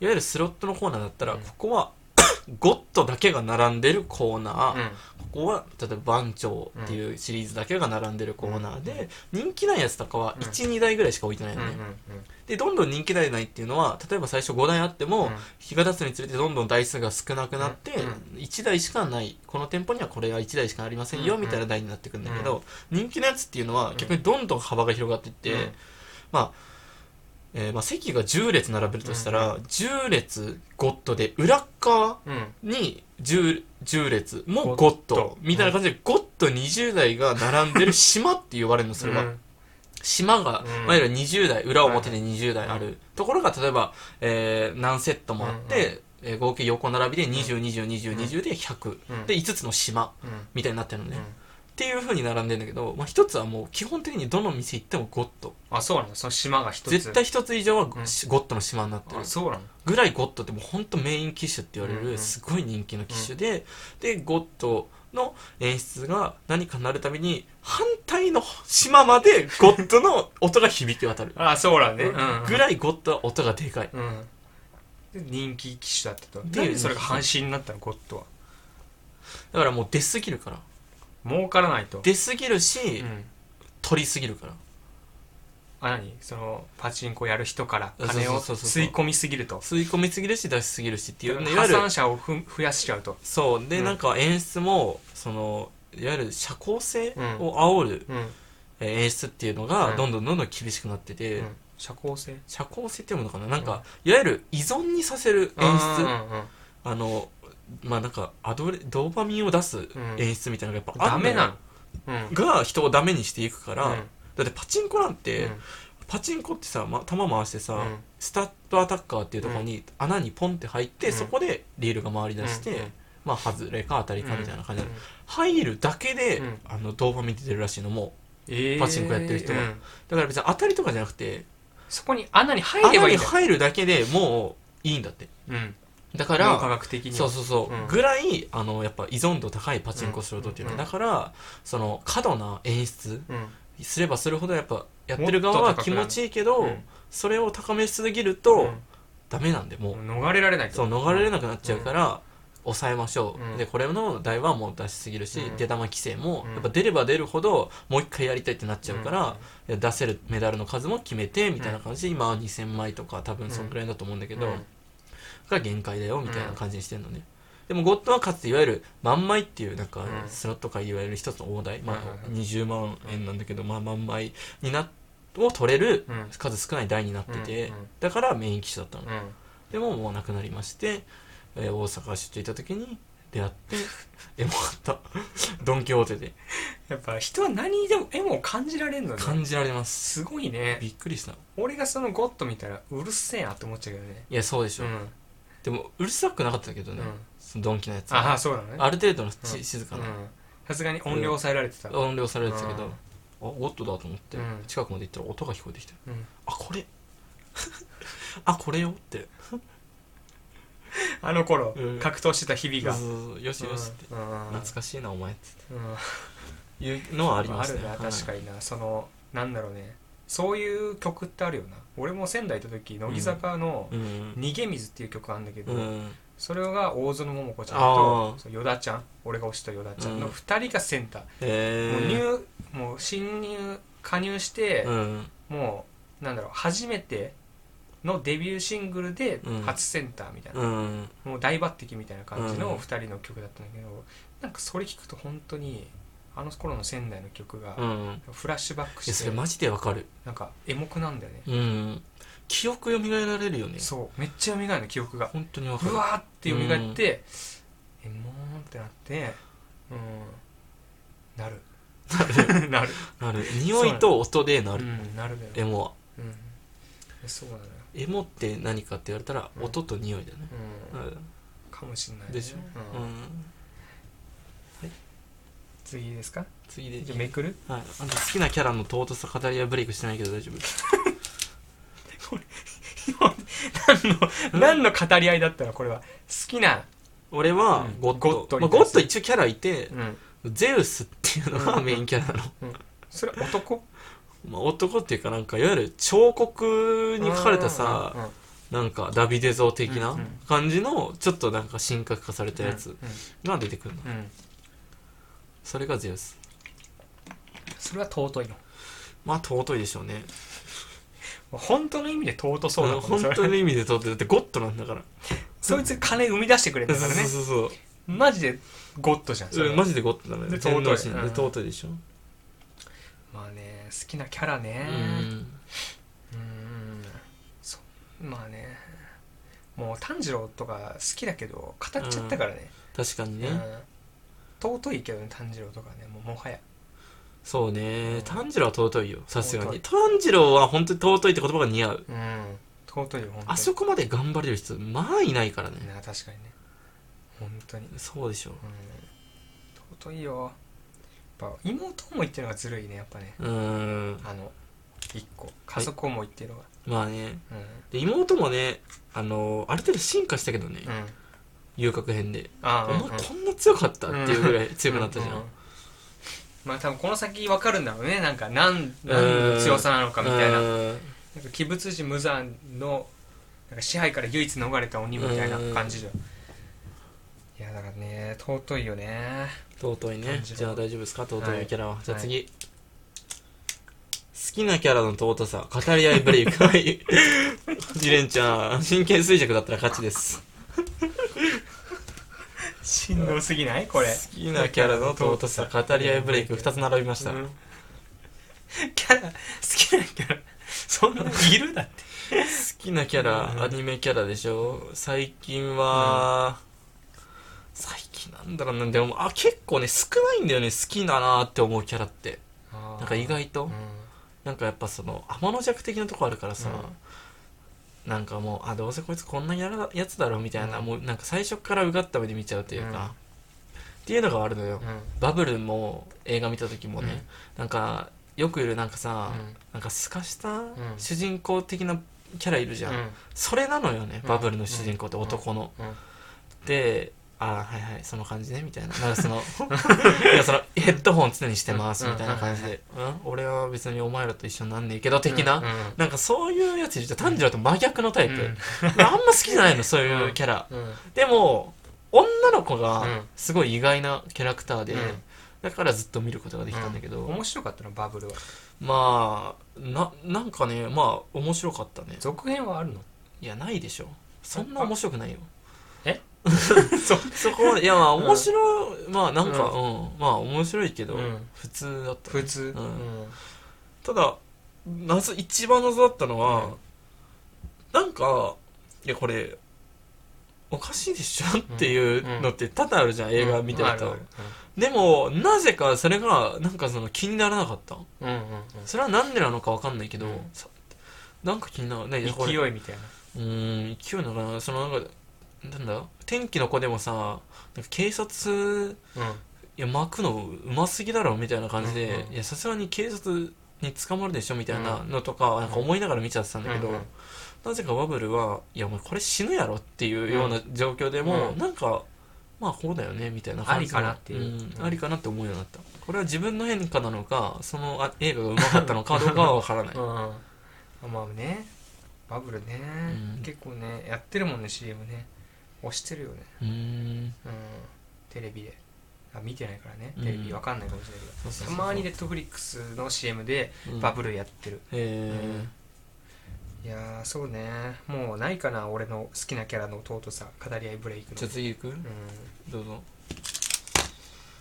B: ゆるスロットのコーナーだったら、
A: うん
B: ここは <coughs> ゴッドだけが並んでるコーナー、
A: うん
B: ここは例えば番長っていうシリーズだけが並んでるコーナーで、人気ないやつとかは
A: うん
B: 12、台ぐらいしか置いてないよね、
A: うんうん
B: でどんどん人気台ないっていうのは例えば最初5台あっても、日が経つにつれてどんどん台数が少なくなって、
A: う
B: 1台しかないこの店舗にはこれが1台しかありませんよ、
A: うん
B: みたいな台になってくんだけど、人気のやつっていうのは
A: ん
B: 逆にどんどん幅が広がっていって、
A: うん
B: えーまあ、席が10列並べるとしたら、
A: う
B: 10列ゴッドで裏っ側
A: うんうん
B: に 10, 10列もゴッ
A: ゴッ
B: ド
A: ド
B: みたいな感じでゴッド20台が並んでる島って言われるのそれは。
A: うん
B: 島が、
A: うん
B: まあ、いわゆる20代裏表で20代ある、ところが例えば、えー何セットもあって、えー合計横並びで20202020、
A: うん
B: 20で100、
A: うん
B: で5つの島
A: うん
B: みたいになってるのね、
A: うん
B: っていう風に並んでんだけど、まあ、一つはもう基本的にどの店行ってもゴッド
A: あそうなんだその島が一つ
B: 絶対一つ以上はゴ,、
A: うん
B: ゴッドの島になってる
A: あそうなんだ
B: ぐらいゴッドってもうほんとメイン機種って言われ
A: うんう
B: る
A: ん
B: すごい人気の機種で、でゴッドの演出が何かなるたびに反対の島までゴッドの音が響き渡る
A: あそうなんねうん
B: ぐらいゴッドは音がでかい
A: うんで人気機種だったと
B: で
A: なんでそれが半身になったのゴッドは
B: だからもう出すぎるから
A: 儲からないと
B: 出すぎるし、
A: うん
B: 取りすぎるから
A: あ何そのパチンコやる人から
B: そう
A: 金を
B: そうそうそう
A: 吸い込みすぎると
B: 吸い込みすぎるし出しすぎるしっていうい
A: 破
B: わゆる
A: 産者をふ増やしちゃうと
B: そうで、
A: うん
B: なんか演出もそのいわゆる社交性
A: うん
B: を煽る
A: うん
B: えー演出っていうのが
A: うん
B: どんどんどんどん厳しくなってて、
A: うん社交性
B: 社交性っていうものかななんか、いわゆる依存にさせる演出あのまあなんかアドレドーパミンを出す演出みたいなのがやっぱあ
A: ダ
B: んの
A: メ
B: よ
A: なのうん
B: が人をダメにしていくから、
A: うん
B: だってパチンコなんて、
A: うん
B: パチンコってさ、ま、弾回してさ、
A: うん
B: スタッドアタッカーっていうところに穴にポンって入って、
A: うん
B: そこでリールが回り出して、
A: うん
B: まあ外れか当たりかみたいな感じで、
A: うん
B: 入るだけで、
A: うん
B: あのドーパミンって出るらしいのも
A: えー
B: パチンコやってる人は
A: うん
B: だから別に当たりとかじゃなくて
A: そこに穴に入れ
B: 穴
A: ばい
B: に
A: いんだよ
B: 入るだけでもういいんだって
A: うん
B: だか
A: 脳
B: ら
A: 科学的に
B: そうそうそう、
A: うん
B: ぐらいあのやっぱ依存度高いパチンコ素人っていうのは、
A: うん
B: だからその過度な演出
A: うん
B: すればするほどやっぱやってる側は気持ちいいけど、
A: うん
B: それを高めしすぎると、
A: うん
B: ダメなんでもう、
A: 逃れられないと
B: そう逃れれなくなっちゃうから、抑えましょう、
A: うん
B: でこれの台はもう出しすぎるし、
A: うん
B: 出玉規制も、
A: うん
B: やっぱ出れば出るほどもう一回やりたいってなっちゃうから、いや出せるメダルの数も決めてみたいな感じで、今は2000枚とか多分そんくらいだと思うんだけど、
A: うん
B: が限界だよみたいな感じにしてんのね、でもゴッドはかつていわゆる万枚っていうなんか
A: うん
B: スロット界いわゆる一つの大台、まあ
A: はいはいはい
B: 20万円なんだけど、まあ万枚になを取れる
A: うん
B: 数少ない台になってて、
A: うんうん
B: だからメイン機種だったの、
A: うん
B: でももうなくなりまして、えー大阪出張行った時に出会って <laughs> えもらった <laughs> ドン・キホーテで
A: やっぱ人は何にでも絵も感じられるのね
B: 感じられます
A: すごいね
B: びっくりした
A: 俺がそのゴッド見たらうるせえなって思っちゃうけどね
B: いやそうでし
A: う
B: ょ、
A: ん
B: でもうるさくなかったけど
A: うん
B: ね、そのドンキのやつ
A: あ
B: は
A: あそうだね
B: ある程度のち、
A: うん
B: 静かな
A: うんさすがに音量抑えられてた
B: 音量されてたけど、
A: うん
B: あゴッドだと思って、
A: うん
B: 近くまで行ったら音が聞こえてきて
A: うん
B: あこれ <laughs> あこれよって
A: あの頃
B: うん
A: 格闘してた日々
B: そう
A: が
B: そうそうよしよしって、
A: 懐
B: 懐かしいなお前って
A: うん
B: いうのはありま
A: あ
B: した
A: る
B: ね
A: な
B: はい
A: 確かになそのなんだろうねそういう曲ってあるよな俺も仙台行った時乃木坂の「
B: うん
A: 逃げ水」っていう曲あるんだけど
B: うん
A: それが大園桃子ちゃん
B: あ
A: と
B: ー
A: そうヨダちゃん俺が推したヨダちゃん
B: う
A: の
B: ん
A: 2人がセンター
B: え
A: もう
B: ー
A: 入もう新入加入して
B: うん
A: もうなんだろう初めてのデビューシングルで
B: うん
A: 初センターみたいな
B: うん
A: もう大抜擢みたいな感じ
B: うん
A: の2人の曲だったんだけど、なんかそれ聞くと本当にあの頃の仙台の曲が
B: うん
A: フラッシュバック
B: い
A: し
B: やそ
A: て
B: れマジでわかる
A: なんかエモくなんだよね、
B: うん記憶蘇られるよね
A: そうめっちゃ蘇るの記憶が
B: 本当にわかる
A: うわーって蘇って、えもーんってなってうんなる <laughs> なる
B: <laughs> なる匂いと音でな
A: う
B: る、
A: んなるだ
B: エ
A: よ、
B: モは
A: うん、そうだね
B: エモって何かって言われたら
A: うん
B: 音と匂いだよね、
A: うんかもしれないね
B: でしょう、
A: うんん次ですか
B: 次で
A: じゃあめくる
B: はい、あんた好きなキャラの尊さ語りはブレイクしてないけど大丈夫うん
A: 何の語り合いだったのこれは好きな、
B: 俺は
A: うん
B: ゴッド,、
A: ゴッドに
B: まあ、ゴッド一応キャラいて
A: うん、
B: ゼウスっていうのがメインキャラなの、
A: それ男
B: まあ、男っていうかなんかいわゆる彫刻に書かれたさ、
A: うんうん
B: なんかダビデ像的
A: う
B: なん
A: うん
B: 感じのちょっとなんか神格化されたや
A: う
B: つ
A: ん
B: が出てくるの、
A: うんうん
B: それがゼウス
A: それは尊いの
B: まあ尊いでしょうね
A: 本当の意味で尊そう
B: あ
A: だ
B: の
A: もん
B: 本
A: そ
B: 当
A: れ
B: の意味で尊いだってゴッドなんだから
A: そいつ金生み出してくれん
B: そ
A: だ
B: う
A: からね
B: そうそう
A: マジでゴッドじゃんそ
B: そう
A: れ
B: うんマジでゴッドなのよ
A: で
B: 天皇神
A: 尊い
B: で
A: うん
B: 尊いでしょ、
A: まあね好きなキャラね
B: う
A: う
B: ん
A: んそうまあねもう炭治郎とか好きだけど語っちゃったからね、
B: 確かにね、
A: うん尊いけどね炭治郎とかねもうもはや
B: そうね
A: ん
B: 炭治郎は尊いよさすが
A: 尊
B: に
A: い
B: 炭治郎は本当に尊いって言葉が似合う
A: うん尊いよ本当に
B: あそこまで頑張れる人まあいないからね
A: な確かにね本当に、うん、
B: そうでしょ
A: 尊いよやっぱ妹思いっていうのがずるいねやっぱね
B: ううーん
A: あの一個家族思いっていうのが、
B: まあねで妹もねあのある程度進化したけどね、
A: うんうん
B: 遊郭編で、
A: あ
B: お前こんな強かったっていうぐらい強くなったじゃん、
A: うううまあ多分この先分かるんだろうねなんか何
B: うん
A: 何の強さなのかみたいな
B: う
A: なんか
B: ーん
A: 鬼物児無惨のなんか支配から唯一逃れた鬼みたいな感じじゃんいやだからね尊いよね
B: 尊いね
A: 炭治郎
B: じゃあ大丈夫ですか尊
A: はいい
B: キャラは、じゃあ
A: はい
B: 次、好きなキャラの尊さ語り合いブレイク <laughs> はいジレンちゃん真剣衰弱だったら勝ちです
A: しんどすぎないこれ
B: 好きなキャラの尊さ語り合いブレイク2つ並びました、
A: うんキャラ好きなキャラそんなのいるだって
B: 好きなキャラ、
A: うん
B: アニメキャラでしょ最近は、最近なんだろうなでもあ結構ね少ないんだよね好きだなって思うキャラって
A: な
B: なんか意外と、
A: うん
B: なんかやっぱその天の弱的なとこあるからさ、なんかもうあどうせこいつこんなやらやつだろみたいな、
A: うん
B: もうなんか最初からうがった目で見ちゃうという
A: うん
B: か、っていうのがあるのよ、
A: うん
B: バブルも映画見た時もね、なんかよくいるなんかさ、
A: うん
B: なんかすかした
A: ん
B: 主人公的なキャラいるじゃん、それなのよね
A: うん
B: バブルの主人公って男の、
A: うんうん
B: であはいはいその感じねみたいななんか
A: <laughs>
B: そのいやそのヘッドホン常にしてますみたいな感じで、うん、俺は別にお前らと一緒になんねえけど的な、
A: うんうん
B: なんかそういうやついるじゃん炭治郎と真逆のタイプ、
A: うん
B: あんま好きじゃないのそういうキャラ、
A: うん
B: でも女の子
A: う
B: が
A: ん
B: すごい意外なキャラクターで、
A: うん
B: だからずっと見ることができたんだけど、
A: 面白かったのバブルは
B: まあななんかねまあ面白かったね
A: 続編はあるの
B: いやないでしょそんな面白くないよ
A: え
B: そそこまでいやまあ
A: ん
B: 面白い、まあなんか、う
A: うん
B: まあ面白いけど、
A: うん
B: 普通だった
A: 普通
B: うん
A: うん
B: ただ謎一番謎だったのは、
A: うん
B: なんかいやこれおかしいでしょっていうのって多々あるじゃん、映画見てると、
A: うんある
B: でもなぜかそれがなんかその気にならなかった
A: あるうんうんうん
B: それはなんでなのかわかんないけど、
A: うん
B: さなんか気になるねいやこれ
A: 勢いみたいな
B: うーん勢いなのかなそのなんかなんだ天気の子でもさなんか警察いや巻くのうますぎだろみたいな感じで、
A: うんうん
B: いやさすがに警察に捕まるでしょみたいなのとか,、なんか思いながら見ちゃってたんだけど、
A: うんうん
B: なぜかバブルはいやお前これ死ぬやろっていうような状況でも、
A: うん
B: なんかまあこうだよねみたいな感じの
A: ありかなっていうんうん
B: ありかなって思うようになったこれは自分の変化なのかそのあ映画がうまかったのかどうかはわからない、
A: うんまあねバブルね
B: うん
A: 結構ねやってるもんね CM ね押してるよね
B: うーん
A: うんテレビであ見てないからね
B: うん
A: テレビわかんないかもしれない
B: そうそ
A: け
B: う
A: ど
B: そ
A: た
B: う
A: まにネットフリックスの CM でバブルやってる
B: うんへー
A: いやーそうねもうないかな俺の好きなキャラの尊さ語り合いブレイクの
B: じゃあ次行く
A: うん
B: どうぞ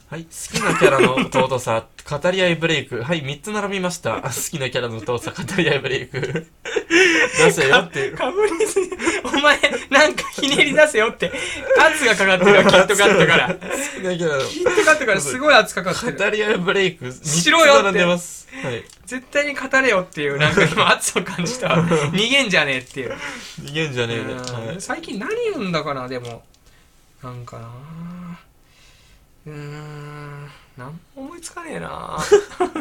B: はい、好きなキャラ <laughs> の尊さ、語り合いブレイク。はい、3つ並びました。好きなキャラの尊さ、語り合いブレイク。 <laughs> 出せよっていう。
A: かぶりすぎお前なんかひねり出せよって圧がかかってるわキットカットから
B: 好きなキャラ
A: キットカットからすごい圧かかって
B: の
A: る
B: 語り合いブレイク。3つ
A: しろよって
B: 並んでます。はい。
A: 絶対に語れよっていうなんか今圧を感
B: <laughs>
A: じたわ逃げんじゃねえっていう
B: 逃げんじゃねえで。
A: うん
B: はい
A: 最近何読んだかなでもなんかなうーん何も思いつかねえ
B: <laughs>
A: な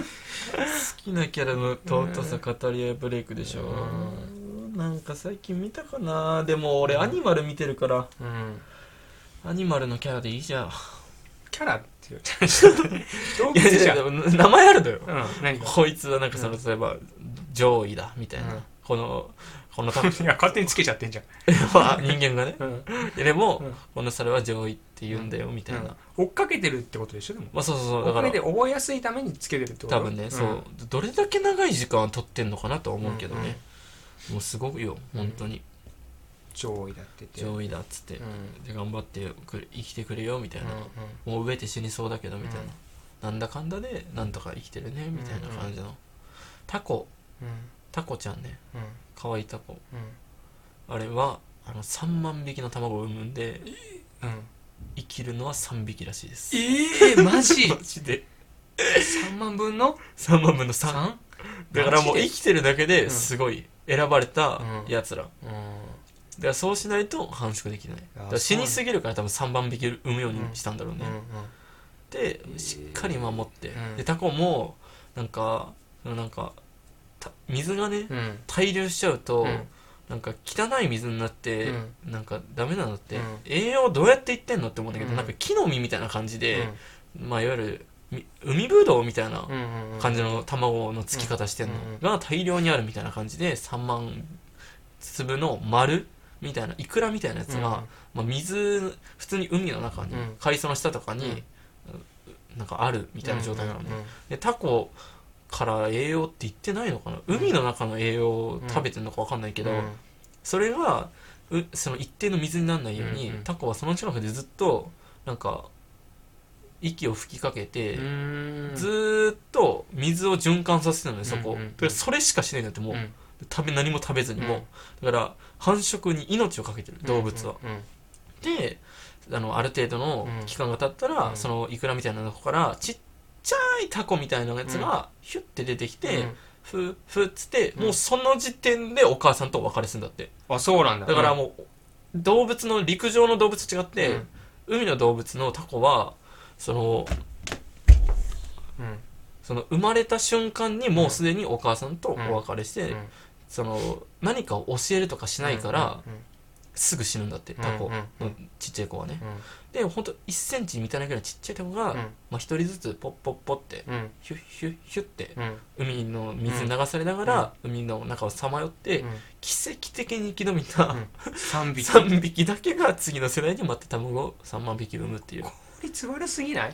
B: 好きなキャラの尊さ語り合いブレイクでしょなんか最近見たかなでも俺アニマル見てるから
A: うん
B: アニマルのキャラでいいじゃん
A: キャラっていう動
B: <laughs> い
A: 物
B: や <laughs> い
A: じゃ
B: や
A: ん
B: で
A: うん
B: も名前あるのよ
A: 何か
B: こいつはなんかその例えば上位だみたい
A: うん
B: なこのこの多分
A: いや勝手につけちゃってんじゃん
B: は人間がね
A: うん
B: でも
A: うん
B: この猿は上位って言うんだよみたい
A: うん
B: な
A: 追っかけてるってことでしょでも
B: まあそうそうそう
A: お
B: だか
A: 金で
B: ら
A: 覚えやすいためにつけてるってこと
B: 多分ねそうどれだけ長い時間取ってんのかなとは思うけど
A: うんうん
B: ねもうすごいよ本当に
A: 上位だってて
B: 上位だっつって
A: うん
B: で頑張ってくれ生きてくれよみたいな、
A: う
B: もう飢えて死にそうだけどみたいな
A: うん、
B: なんだかんだでなんとか生きてるねみたいな感じの、タコ
A: んうん
B: タコちゃんね
A: うん
B: 可愛いタコ
A: う
B: あれはあの3万匹の卵を産むんで
A: んうん
B: 生きるのは3匹らしいです
A: ええ <laughs> マジ
B: マジで
A: 3万分の
B: 3万分の3
A: 3?
B: だからもう
A: マジで
B: 生きてるだけですごい選ばれた
A: うん
B: やつら、だからそうしないと繁殖できない
A: あ
B: だから死にすぎるから多分3万匹産むようにしたんだろうね、でしっかり守って、
A: うん
B: でタコもなんかそのなんかた水がね
A: うんうん
B: 滞留しちゃうと、
A: うん
B: なんか汚い水になって、
A: うん
B: なんかダメなんだって、
A: うん
B: 栄養どうやっていってんのって思うんだけど、
A: うん
B: なんか木の実みたいな感じで、まあいわゆるみ海ぶどうみたいな
A: うん
B: 感じの卵のつき方してんの、
A: うん
B: が大量にあるみたいな感じで3万粒の丸みたいなイクラみたいなやつが、まあ、水普通に海の中に、
A: うん
B: 海藻の下とかに、なんかあるみたいな状態なのね、でタコから栄養って言ってないのかな海の中の栄養を食べてるのか分かんないけど、それがうその一定の水にならないように、
A: うんうん
B: タコはその近くでずっとなんか息を吹きかけて、ずーっと水を循環させてるのねそ
A: う
B: こ、
A: んうんうん
B: だからそれしかしないんだってもう、食べ何も食べずにも、だから繁殖に命をかけてる動物は、であのある程度の
A: うん
B: 期間が経ったら、
A: うん
B: そのイクラみたいなとこからちっちゃいタコみたいなやつがヒュッて出てきて、ふーふーっつって、
A: うん
B: もうその時点でお母さんとお別れするんだって
A: あそうなんだ
B: だからもう、動物の陸上の動物と違って、
A: うん
B: 海の動物のタコはその
A: うん
B: その生まれた瞬間にもうすでにお母さんとお別れして、
A: うん
B: その何かを教えるとかしないから、すぐ死ぬんだってタコ
A: うんう
B: の
A: ん
B: ちっちゃい子はね
A: う、ん
B: でほんと1センチ満たないぐらいちっちゃいタコが、
A: うん
B: まあ、1人ずつポッポッポって
A: うん
B: ヒュッヒュッヒュッって
A: うん
B: 海の水に流されながら、海の中をさまよって、奇跡的に生き延びた、
A: 3匹
B: 3匹だけが次の世代にまた卵を3万匹産むっていう
A: 効率悪す
B: <laughs>
A: ぎない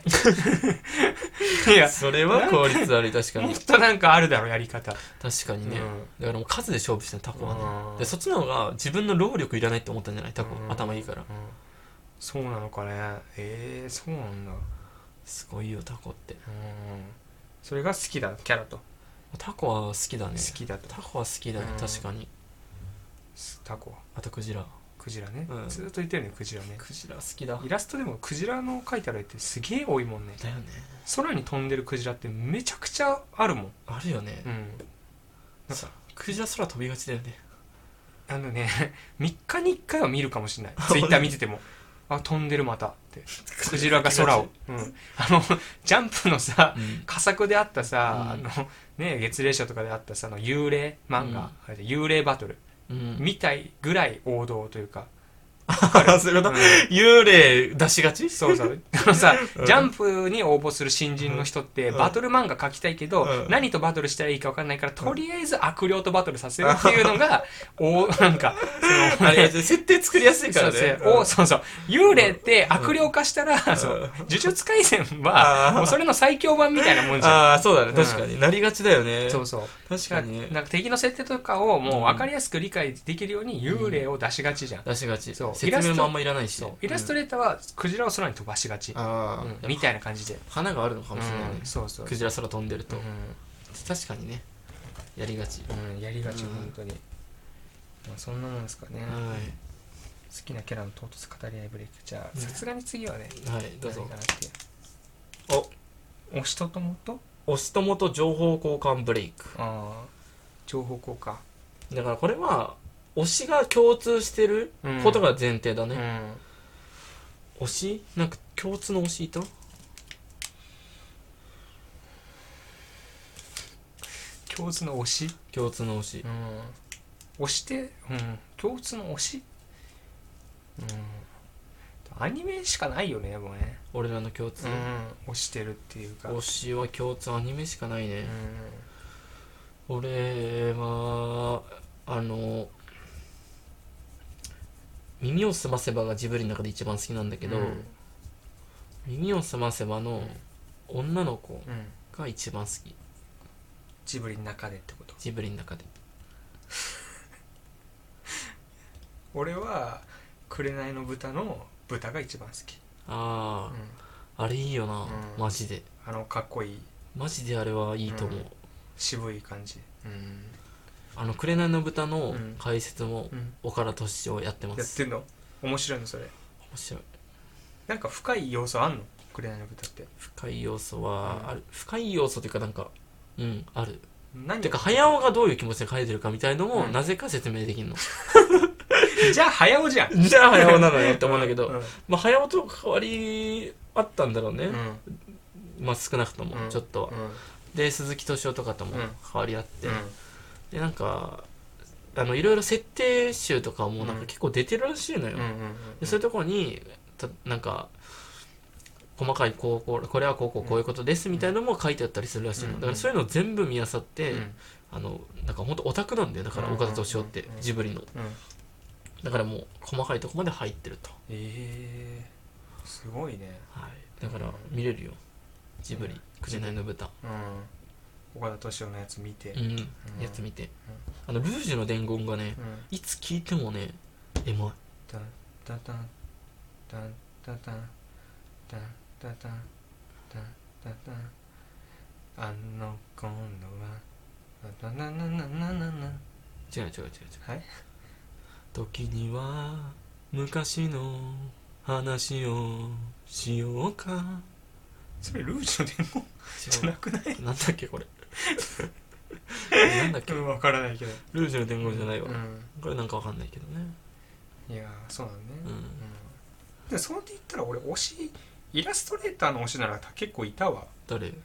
A: いや
B: それは効率悪い確か
A: も
B: に
A: っとなんかあるだろやり方
B: 確かにね、
A: うん
B: だからもう数で勝負してるタコはね、
A: うん
B: でそっちの方が自分の労力いらないって思ったんじゃないタコ、
A: うん
B: 頭いいから
A: そうなのかねええそうなんだう
B: すごいよタコって
A: んそれが好きだキャラと好
B: タコは好きだね
A: きだと
B: タコは好きだね
A: うん
B: 確かに
A: タコ
B: あとクジラ
A: クジラね
B: うん
A: ずっと言ってるねクジラね
B: クジラ好きだ
A: イラストでもクジラの描いたらってすげえ多いもんね
B: だよね
A: 空に飛んでるクジラってめちゃくちゃあるもん
B: あるよね、
A: うんなんか
B: クジラ空飛びがちだよね
A: あのね <laughs> 3日に1回は見るかもしれないツイッター見ててもあ飛んでるまたってクジラが空を、うん、あのジャンプのさ
B: うん
A: 佳作であったさ、
B: うん
A: あのね月齢者とかであったさあの幽霊漫
B: うん
A: 画、あれで幽霊バトル
B: うん、
A: みたいぐらい王道というか、
B: あそういうこと、
A: うん
B: 幽霊出しがち
A: そうそうあのさ、
B: うん
A: ジャンプに応募する新人の人って、
B: うん
A: バトル漫画描きたいけど、
B: うん
A: 何とバトルしたらいいか分かんないから、とりあえず悪霊とバトルさせるっていうのが、おなんかその
B: <laughs> あれ設定作りやすいか
A: そ
B: ら
A: う
B: ね
A: そうおそうそう幽霊って悪霊化したら、そう呪術廻戦は
B: あー
A: もうそれの最強版みたいなもんじゃん
B: ああそうだね
A: ん
B: 確かに、なりがちだよね
A: そうそう
B: 確かにね
A: なんか敵の設定とかをもう分かりやすく理解できるように幽霊を出しがちじゃん、
B: 出しがち
A: そうイラ
B: 説
A: スト
B: 明もあんまいらないし
A: そうイラストレーターはクジラを空に飛ばしがち、
B: あ
A: うん
B: あ、
A: みたいな感じで、
B: 花があるのかもしれないね
A: うん、そうそう
B: クジラ空飛んでると、
A: う
B: 確かにねやりがち、
A: ん、うん、やりがち、
B: うん
A: 本当に、まあ、そんなもんですかね、好
B: はい
A: きなキャラの唐突語り合いブレイクじゃあさすがに次はね
B: はい、どうぞ
A: 何か。なっていう
B: お、
A: 推しとともと
B: 押し友と情報交換ブレイク。
A: ああ情報交換
B: だからこれは、推しが共通してることが前提だ
A: う
B: ね。
A: ん
B: 推しなんか共通の推しいた
A: 共通の推し
B: 共通の推し
A: う。ん推してうん共通の推しうんアニメしかないよねもうね
B: 俺らの共通。
A: 推してるっていうか
B: 推しは共通アニメしかないうね。
A: ん
B: 俺は、あの、耳をすませばがジブリの中で一番好きなんだけど、
A: うん
B: 耳をすませばの女の子
A: うん
B: が一番好き。
A: ジブリの中でってこと
B: ジブリの中で。
A: 俺は「紅の豚」の豚が一番好き、
B: あ
A: う
B: あ。
A: ん
B: あれいいよな、
A: うん
B: マジで
A: あのかっこいい
B: マジであれはいいと思う、
A: うん渋い感じうん、
B: あの「紅の豚」の
A: うん
B: 解説も
A: うん、
B: 岡田斗司夫やってま
A: やっ
B: す、
A: てんの面白いのそれ
B: 面白い
A: なんか深い要素あんの紅の豚って
B: 深い要素
A: うん
B: はある、深い要素というかなんかうんある
A: 何
B: てか早尾がどういう気持ちで書いてるかみたいのも、
A: うん
B: なぜか説明できんの
A: じゃあ早 <laughs> 尾じゃん
B: じゃあ早尾なのよって思うんだけど、
A: うん
B: まあ、早尾と変わりあったんだろうね、
A: うん
B: まあ少なくとも、
A: うん
B: ちょっとは、
A: うん
B: で鈴木敏夫とかとも
A: うん
B: 変わりあって、
A: うん
B: でなんかあのいろいろ設定集とかもなん
A: う
B: か
A: ん
B: 結構出てるらしいのよ、
A: うんうんうん
B: でそういうところにたなんか細かいこうこうこれはこうこうこういうことですみたいなのも書いてあったりするらしいの、
A: うん
B: だからそういうのを全部見あさって、
A: うん
B: あのなんか本当オタクなんだよだから
A: うん
B: 岡田斗司夫って
A: うん
B: ジブリの
A: うん
B: だからもう細かいとこまで入ってると、
A: えー、すごいね
B: はい、だから見れるよジブリ「紅の豚
A: うん岡田斗司夫のやつ見て」
B: うん、
A: うん
B: やつ見て、あのルージュの伝言がね
A: うん
B: いつ聞いてもねエモい
A: タンタタンタンタタンタンタタンタンタタンあの今度はタタナナナナナナ
B: 違う違う違う違う
A: はい
B: 時には昔の話をしようか
A: それルージュの伝言じゃなく <laughs> ない
B: なんだっけこれなんだっけ
A: わからないけど
B: ルージュの伝言じゃないうわ、
A: ん
B: これなんかわかんないけどね
A: いやーそうなんね
B: うん、
A: うんでそうやって言ったら俺推しイラストレーターの推しなら結構いたわ
B: 誰うん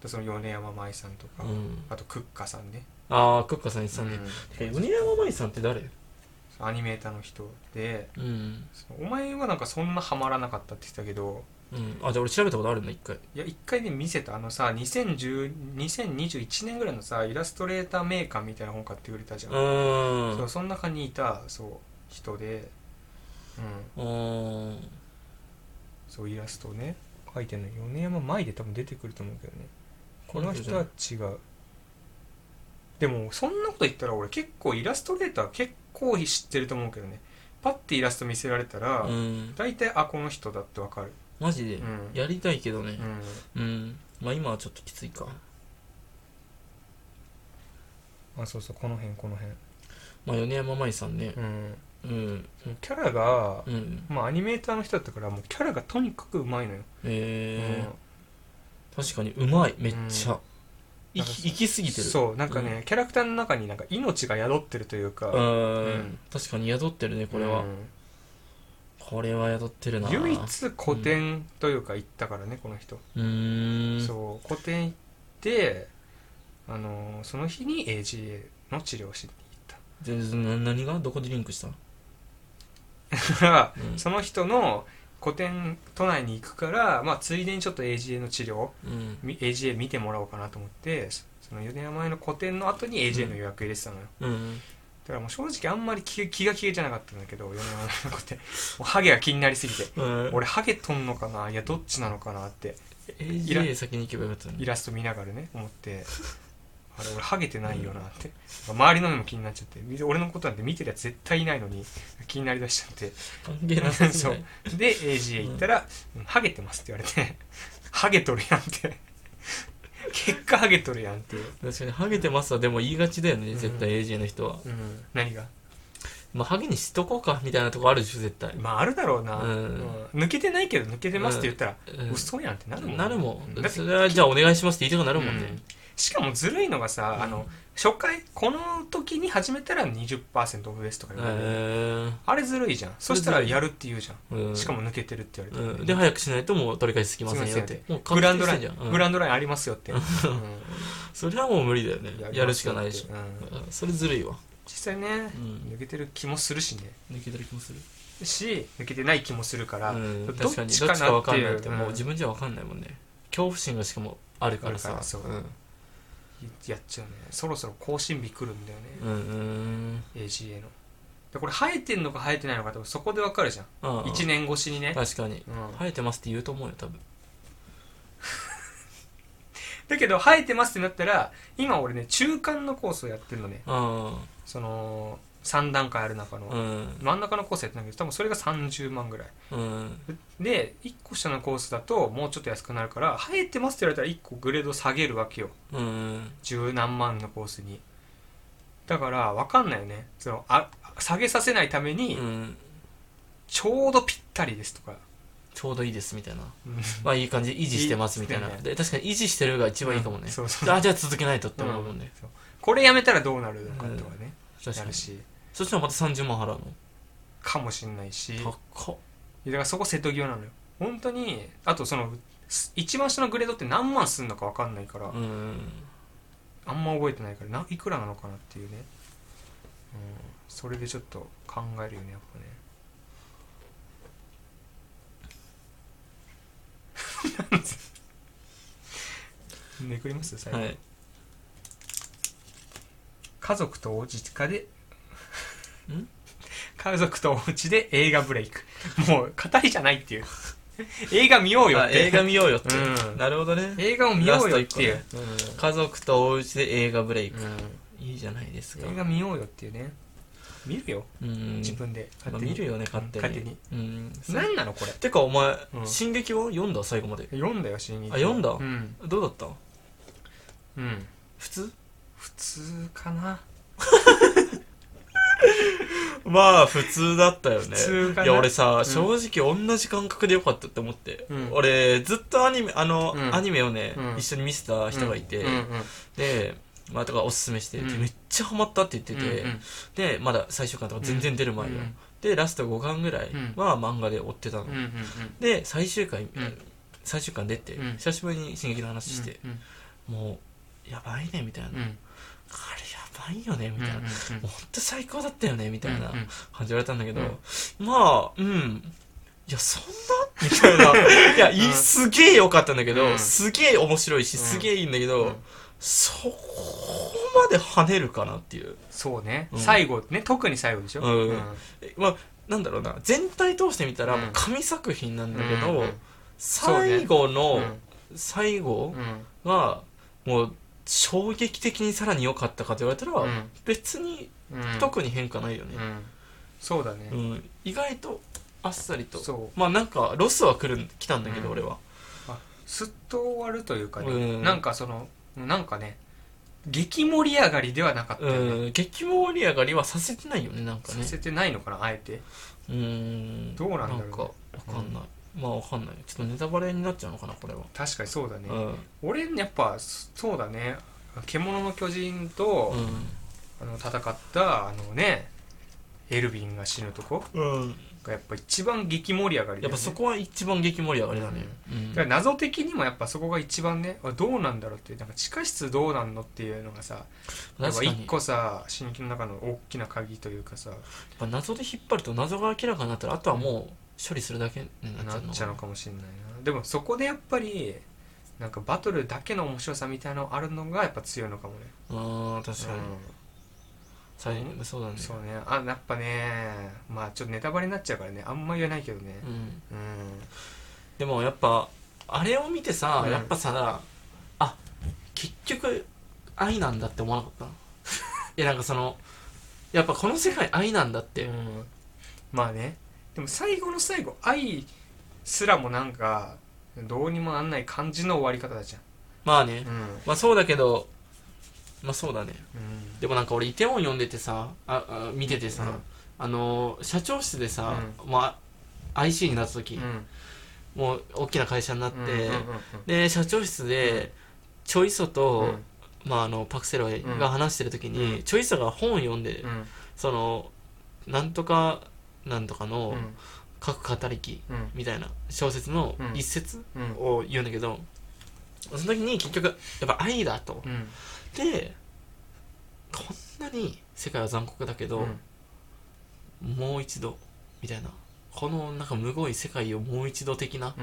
A: でその米山舞さんとか、あとクッカさんね、
B: ああクッカさん言ってた
A: う
B: ね、
A: ん
B: てか米山舞さんって誰
A: アニメーターの人で
B: うん、
A: そのお前はなんかそんなハマらなかったって言ってたけど
B: うん、あじゃあ俺調べたことあるんだ一回
A: いや一回ね見せたあのさ2010 2021年ぐらいのさイラストレーターメーカーみたいな本買ってくれたじゃ、
B: うんーん
A: そうその中にいたそう人で、うん、
B: うーん
A: そうイラストをね書いてるの米山前で多分出てくると思うけどねこの人は違うでもそんなこと言ったら俺結構イラストレーター結構知ってると思うけどねパッてイラスト見せられたら、
B: うん
A: 大体あこの人だってわかる
B: マジで、
A: うん
B: やりたいけどね
A: うん
B: うん、まあ今はちょっときついか
A: あそうそうこの辺この辺
B: まあ米山舞さんね
A: うん
B: うん
A: キャラが
B: う、ん
A: まあアニメーターの人だったからもうキャラがとにかくうまいのよ、
B: え
A: うん
B: ー確かにうまいめっちゃ、
A: うん
B: いき行き過ぎてる
A: そうなんかね、キャラクターの中になんか命が宿ってるというか、
B: うーん、
A: うん
B: 確かに宿ってるねこれは、
A: うん
B: これは宿ってるな
A: 唯一古典というか行ったからね、この人、
B: うーん
A: そう古典行ってあのーその日に AGA の治療をしに行っ
B: 全然な何がどこでリンクした、う
A: ただ
B: <laughs>
A: から
B: ん
A: その人の古典都内に行くから、まあ、ついでにちょっと AGA の治療
B: うん
A: み AGA 見てもらおうかなと思ってそその4年前の古典の後に AGA の予約入れてたのよ、
B: うん、
A: だからもう正直あんまり気気が消えてなかったんだけど4年前の古典もうハゲが気になりすぎて
B: うん、
A: 俺ハゲとんのかないやどっちなのかなって
B: AGA 先に行けばよかったのに
A: イラスト見ながらね思ってあれ俺ハゲてないよなって周りの目も気になっちゃってみ俺のことなんて見てるやつ絶対いないのに気になりだしちゃって
B: 関係なさす
A: そ
B: ぎ
A: う
B: ない
A: で AGA 行ったら「うんハゲてます」って言われて「ハゲとるやん」って結果ハゲとるやんっていう、
B: 確かにハゲてますはでも言いがちだよね
A: ん
B: 絶対 AJ の人は、
A: うん、何が
B: まあハゲにしとこうかみたいなとこあるでしょ絶対、
A: まああるだろうな、
B: うん
A: うん抜けてないけど抜けてますって言ったら、
B: うん
A: 嘘やんってなるもん
B: なるも
A: うんだって
B: それはじゃあお願いしますって言いたくなるもん
A: う
B: ね
A: ん、しかもずるいのがさ、あの初回この時に始めたら20%オフですとか
B: へ
A: 言われて、あれずるいじゃんそしたらやるって言うじゃ
B: え
A: んしかも抜けてるって言われて、
B: うん、で早くしないともう取り返しつきます
A: い
B: せ
A: ま
B: ん
A: せんよ
B: よっ
A: ってて
B: もう
A: グランドライン、
B: じゃん、うん
A: グランドラインありますよ
B: <laughs>
A: って、うん
B: それはもう無理だよねやるしかないでし
A: やりますよってうん
B: ょ、うんそれずるいわ
A: 実際ね、
B: うん
A: 抜けてる気もするしね
B: 抜けてる気もする、
A: し抜けてない気もするから、
B: うん、
A: どっ
B: 確かに
A: ち
B: どっ
A: か
B: ちか
A: な
B: 分
A: って
B: かん
A: い
B: ないうってもう自分じゃ分かんないもんね恐怖心がしかもあるから
A: あ
B: さ
A: るからそう
B: うん
A: やっちゃうねそろそろ更新日来るんだよね、
B: うん、
A: AGA のでこれ生えてんのか生えてないのか多分そこで分かるじゃん、
B: うん、
A: 1年越しにね、
B: 確かに
A: うん
B: 生えてますって言うと思うよ多分
A: だけど生えてますってなったら今俺ね中間のコースをやってるのね
B: う
A: その3段階ある中の、
B: ん
A: 真ん中のコースやってないけど多分それが30万ぐらい
B: うん
A: で1個下のコースだともうちょっと安くなるから生えてますって言われたら1個グレード下げるわけよ
B: うん
A: 十何万のコースにだから分かんないよねそのあ下げさせないために
B: うん
A: ちょうどぴったりですとか、
B: ちょうどいいですみたいな
A: うん
B: まあいい感じ維持してますみたいな
A: 維持して
B: で確かに維持してるが一番いいかも
A: う
B: ね
A: んそうそう
B: あじゃあ続けないとって思うもんね
A: そうこれやめたらどうなるのかとかね、
B: 確
A: や
B: か
A: る
B: に
A: し
B: そしたらまた30万払う
A: かもしんないし
B: の高っ
A: だからそこ瀬戸際なのよ本当にあとそのす一番下のグレードって何万すんのか分かんないから、
B: うん
A: あんま覚えてないからないくらなのかなっていうね、うん、それでちょっと考えるよねやっぱね <laughs> なん <laughs> でめくります最後、
B: はい
A: 家族とお家かで
B: <laughs> ん
A: 家族とお家で映画ブレイクもう語りじゃないっていう映画見ようよ
B: あ
A: って
B: 映画見ようよって
A: うん
B: なるほどね
A: 映画を見ようよっていう
B: ラ、家族とお家で映画ブレイク
A: う
B: いいじゃないですか
A: ん映画見ようよっていうね見るよ、
B: うん
A: 自分で
B: まあ見るよね勝手に
A: 勝手に
B: うん
A: 何なのこれ
B: てかお前
A: うん
B: 進撃を読んだ最後まで
A: 読んだよ新劇
B: あ読んだ
A: うん、
B: どうだった
A: うん、
B: 普通
A: 普通かな
B: まあ普通だったよね
A: 普通かない
B: や俺さ、
A: ん
B: 正直同じ感覚でよかったって思って、
A: うん
B: 俺ずっとアニメあの、
A: うん
B: アニメをね、
A: うん
B: 一緒に見せた人がいて、
A: うんうん
B: でまあとかおすすめして、で
A: うん
B: めっちゃハマったって言ってて、
A: うんうん
B: でまだ最終巻とか全然出る前
A: う
B: よ、
A: ん
B: でラスト5巻ぐらいは漫画で追ってたの、
A: うんうん
B: で最終回、
A: ん
B: 最終巻出て、
A: うん
B: 久しぶりに進撃の話して、
A: うん
B: もうやばいねみたいな、
A: うんう
B: あれ
A: ん
B: やばいよねみたいな、
A: うん
B: もうほんと最高だったよねみたいな、
A: うんうん
B: 感じられたんだけど、
A: う
B: まあうんいやそんなみたい
A: <laughs>
B: ないや、いいすげえ良かったんだけど、
A: うん
B: すげえ面白いし、
A: うん
B: すげえいいんだけど、
A: うん
B: そこまで跳ねるかなっていう
A: そうね、
B: うん
A: 最後ね特に最後でしょ、
B: うんえまあなんだろうな全体通してみたら、
A: うん
B: もう神作品なんだけど、
A: うんうん
B: 最後の、
A: うん
B: 最後
A: うん
B: がもう衝撃的にさらに良かったかと言われたら、
A: うん
B: 別に
A: うん
B: 特に変化ないよね
A: う、んそうだね、
B: うん意外とあっさりと
A: そう
B: まあなんかロスは来る来たんだけど、
A: うん
B: 俺は
A: すっと終わるというかね、
B: うん
A: なんかそのなんかね激盛り上がりではなかった
B: う
A: よね、
B: ん激盛り上がりはさせてないよねなんか
A: さ
B: ね
A: せてないのかなあえて
B: うん
A: どうなんだろうね
B: なんかわかんない、まあわかんないちょっとネタバレになっちゃうのかなこれは、
A: 確かにそうだね、
B: うん
A: 俺やっぱそうだね「獣の巨人と」あの戦ったあのねエルヴィンが死ぬとこ
B: うん、うん、
A: がやっぱ一番激盛り上がりだよね
B: やっぱそこは一番激盛り上がりだね、うん
A: だから謎的にもやっぱそこが一番ねあどうなんだろうってなんか地下室どうなんのっていうのがさやっ
B: 確
A: ぱ
B: かにや
A: 一個さ新規の中の大きな鍵というかさ
B: っぱ謎で引っ張ると謎が明らかになったらあとはもう処理するだけになっち
A: な
B: ゃう
A: っ
B: の
A: ちゃうのかもしれないなでもそこでやっぱりなんかバトルだけの面白さみたいなのあるのがやっぱ強いのかもね、
B: うん確かに、最後そうだね
A: うんそうねあやっぱねまあちょっとネタバレになっちゃうからねあんま言えないけどね
B: うん
A: うん、
B: でもやっぱあれを見てさ、
A: うん
B: やっぱさあ結局愛なんだって思わなかったの <laughs> いやなんかそのやっぱこの世界愛なんだって、
A: うんまあねでも最後の最後愛すらもなんかどうにもなんない感じの終わり方だじ
B: まあね
A: ゃん、うん
B: まあそうだけどまあそうだね
A: うん
B: でもなんか俺イテウォン読んでてさああ見ててさ、
A: うん
B: あのー社長室でさ、まあ IC になった時、
A: うん
B: もう大きな会社になって、
A: うんうんうん
B: で社長室で、チョイ
A: う
B: ソ
A: ん
B: と、まあ、あのパクセロイが話してる時に、チョイソが本を読んで、
A: うん
B: そのなんとかなんとか
A: う
B: の
A: ん
B: 書く語り記
A: うん
B: みたいな小説の
A: うん
B: 一節
A: うん
B: を言うんだけど、その時に結局やっぱ愛だと、
A: うん
B: でこんなに世界は残酷だけど、もう一度みたいなこのなんかむごい世界をもう一度的な
A: うん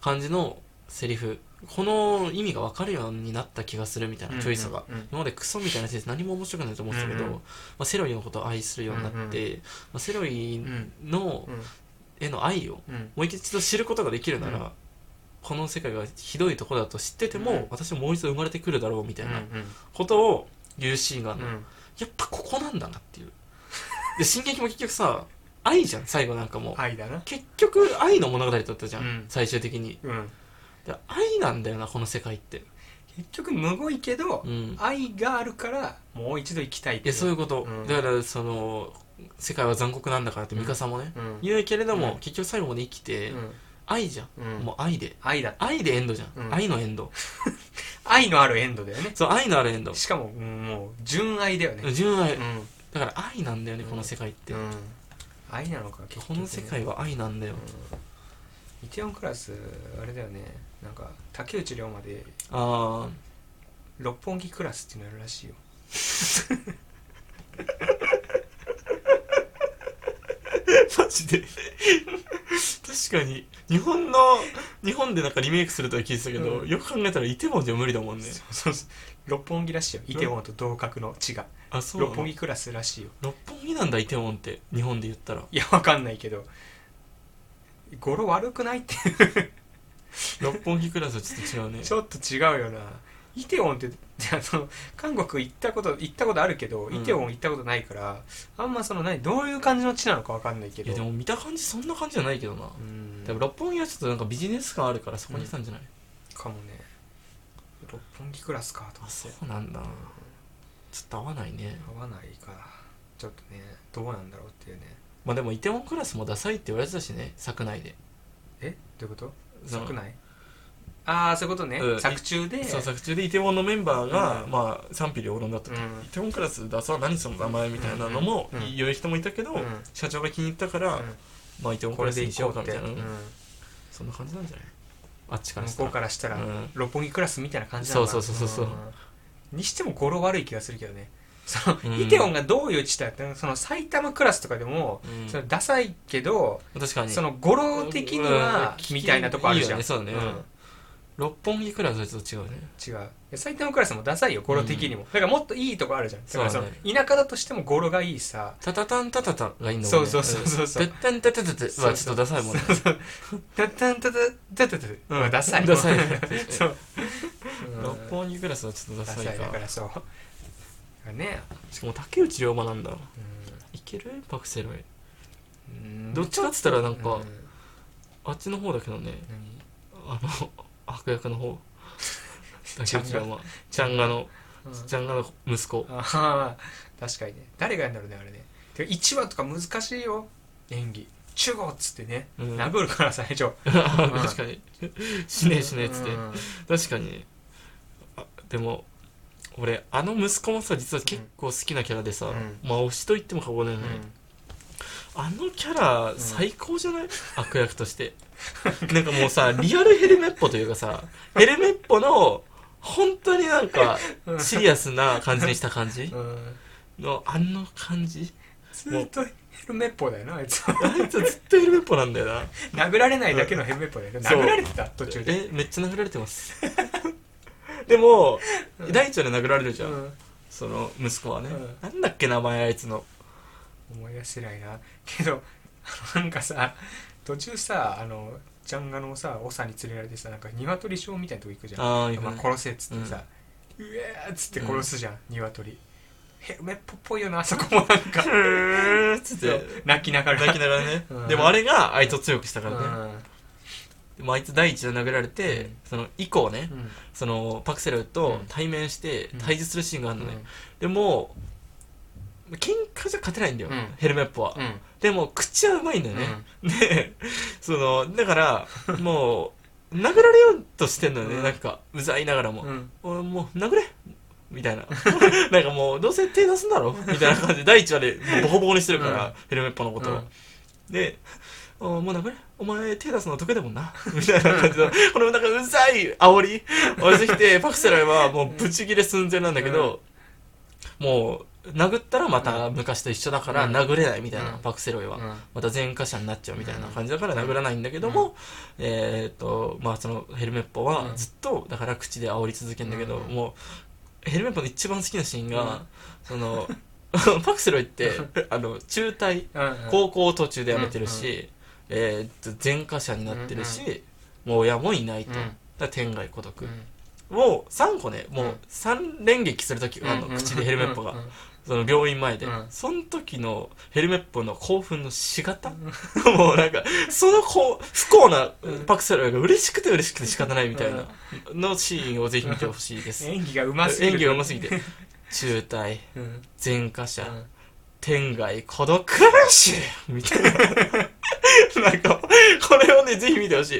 B: 感じのセリフこの意味が分かるようになった気がするみたいなチョイスが、
A: うんうん
B: 今までクソみたいな説何も面白くないと思ってたけど、
A: うんうん
B: まあ、セロイのことを愛するようになって、まあ、セロイの
A: うん
B: への愛を
A: うん
B: もう一度知ることができるなら、
A: う
B: この世界がひどいところだと知ってても、
A: うん
B: 私ももう一度生まれてくるだろうみたいな
A: うん
B: ことを言うシーンがある
A: う
B: の、
A: ん
B: やっぱここなんだなっていうで進撃も結局さ愛じゃん最後なんかもう
A: 愛だな
B: 結局愛の物語だったじゃん、
A: うん
B: 最終的に
A: うん
B: で愛なんだよなこの世界って
A: 結局むごいけど
B: うん
A: 愛があるからもう一度行きたいっ
B: いやそういう
A: こ
B: こと、
A: うん
B: だからその世界は残酷なんだからってミカさんもね、
A: とうん
B: 言うけれども、
A: うん
B: 結局最後まで生きて、
A: うん
B: 愛じゃん、
A: うん
B: もう愛で
A: 愛だ
B: 愛でエンドじゃん、
A: うん
B: 愛のエンド
A: 愛のあるエンドだよね
B: そう愛のあるエンド
A: しかもうんもう純愛だよね
B: 純愛、
A: うん
B: だから愛なんだよねこの世界って、
A: うん愛なのか結局
B: この世界は愛なんだよ、
A: イテオンクラスあれだよねなんか竹内涼真で
B: ああ
A: 六本木クラスっていうのやるらしいよ
B: <laughs> マジで確かに日本の日本でなんかリメイクするとは聞いてたけど、
A: うん
B: よく考えたらイテモンじゃ無理だもんね
A: そうそう六本木らしいよイテウォンと同格の地が
B: あそうなの
A: 六本木クラスらしいよ
B: 六本木なんだイテウォンって日本で言ったら
A: <laughs> いやわかんないけど語呂悪くないって
B: 六本木クラスはちょっと違うね
A: ちょっと違うよなイテウォンってあの韓国行ったこと行ったことあるけど、
B: うん
A: イテウォン行ったことないからあんまその何どういう感じの地なのかわかんないけ
B: い
A: ど
B: やでも見た感じそんな感じじゃないけどな、
A: うん
B: でも六本木はちょっとなんかビジネス感あるからそこにしたんじゃない、
A: かもね六本木クラスかと
B: あ
A: 思って
B: そうなんだちょっと合わないね
A: 合わないからちょっとねどうなんだろうっていうね
B: まあでもイテウォンクラスもダサいって言われてたしね作内で
A: えどういうこと
B: その
A: 作内ああそういうことね、
B: うん
A: 作中で
B: そう作中でイテウォンのメンバーが、
A: うん
B: まあ賛否両論だったと、
A: うん
B: イテウォンクラスダサ何その名前みたいなのも
A: うん
B: 言う人もいたけど、
A: うん
B: 社長が気に入ったから、
A: う
B: まあイテウォ
A: ん
B: ン
A: こ
B: ク
A: れ
B: ラス
A: で
B: にしよ
A: 行
B: う
A: こ
B: か
A: うっ
B: みた
A: て
B: いな、
A: うん
B: そんな感じなんじゃないあっちから
A: 向
B: した
A: こ
B: ら
A: うからしたら、
B: うん
A: 六本木クラスみたいな感じなのかな
B: そうそうそうそうそうん
A: にしても語呂悪い気がするけどねその、
B: うん
A: イテウォンがどういう地帯ってその埼玉クラスとかでも、
B: うん
A: そのダサいけど
B: 確かに
A: その語呂的には、
B: うん
A: みたいなとこあるじゃん
B: いいよねそうだね
A: ん
B: 六本木クラスはちょっと違うね
A: 違ういや埼玉クラスもダサいよ語呂的にも、だからもっといいとこあるじゃんだからその
B: そうだ
A: 田舎だとしても語呂がいいさ
B: タタタンタタタンがいいんだもん
A: そう
B: ね
A: そうそうそうそう
B: ペッタンタタタタはちょっとダサいもんね
A: タタンタタタタタうんダサい
B: ダサい
A: <laughs> そううん
B: 六本木クラスはちょっと
A: ダ
B: ダ
A: サ
B: サ
A: い
B: い
A: だか
B: から
A: そうだからね
B: しかも竹内涼真なんだ
A: う
B: いけるパクセロイ
A: ん
B: どっちかっつったらなんか
A: うん
B: あっちの方だけどね
A: 何
B: あの悪役の方
A: ち
B: 竹
A: ゃんが
B: 内涼真ちゃんがの
A: うん
B: ちゃんがの息子
A: ああ確かにね誰がやるんだろうねあれねで1話とか難しいよ演技中国っつってね、
B: うん
A: 殴るから最初
B: 確かに死ねえ死ねえっつって
A: うん
B: 確かにねあでも俺あの息子もさ実は結構好きなキャラでさ、
A: う
B: まあ推しと言っても過言ではない、あのキャラ最高じゃない、悪役として <laughs> なんかもうさリアルヘルメッポというかさヘルメッポの本当になんかシリアスな感じにした感じ
A: うんうん
B: のあの感じ
A: ずーっとヘルメッポだよなあいつ
B: あいつずっとヘルメッポなんだよな
A: 殴られないだけのヘルメッポだよね
B: そう
A: 殴られてた途中で、
B: えめっちゃ殴られてますでも大腸で殴られるじ
A: う
B: ゃん、
A: ん、
B: その息子はね、
A: うん
B: なんだっけ名前あいつの
A: 思い出せないなけど <laughs> あのなんかさ途中さあのジャンガのさ長に連れられてさなんか鶏ショーみたいなとこ行くじゃん
B: ああ、 <laughs>
A: まあ、
B: 今、
A: 殺せっつってさ、うえーっつって殺すじゃん、鶏ヘルメットっぽいよなあそこもなん
B: <laughs>
A: か
B: ーっつって
A: 泣きながら
B: 泣きながらね、
A: うん
B: でもあれがあいつを強くしたからね、
A: うん
B: でもあいつ第一弾殴られ
A: う
B: て、
A: ん
B: その以降ね、
A: うん
B: そのパクセルと対面して
A: うん
B: 対峙するシーンがあるのね、でも喧嘩じゃ勝てないんだよ、
A: うん
B: ヘルメッポは、
A: うん
B: でも口はうまいんだよね、でそのだからもう殴られようとしてんのよね、
A: うん
B: なんかうざいながらも、
A: うん
B: 俺もう殴れみたいな <laughs> なんかもうどうせ手出すんだろみたいな感じで第1話でボコボコにしてるから、
A: うん
B: ヘルメッパのことを、
A: うん
B: であもう殴れお前手出すの得だもんなみたいな感じのこのなんかうざい煽りをしてきてパクセライはもうブチギレ寸前なんだけど、もう殴ったらまた昔と一緒だから
A: うん
B: 殴れないみたいな、
A: うん
B: パクセロイは、
A: うん
B: また前科者になっちゃうみたいな感じだから殴らないんだけども、えーっとまあそのヘルメッポはずっとだから口で煽り続けるんだけど、
A: うん
B: もうヘルメッポの一番好きなシーンが、
A: うん
B: その <laughs> パクセロ
A: <laughs>
B: イってあの中退
A: うん
B: 高校を途中で辞めてるし、えーっと前科者になってるし、もう親もいないと、
A: うん
B: だから天涯孤独
A: うん、
B: を3個ねもううん3連撃する時あの口でヘルメッポが
A: うんうん
B: その病院前で、
A: うん
B: その時のヘルメッポの興奮の仕方、 <laughs> もうなんかそのこう不幸なパクセルが嬉しくて嬉しくて仕方ないみたいなのシーンをぜひ見てほしいです
A: 演技がうますぎる
B: 演技がうますぎて中退
A: うん
B: 前科
A: う
B: 者、
A: ん
B: 天外孤独死みたいな。 <laughs> なんか、これをね、ぜひ見てほし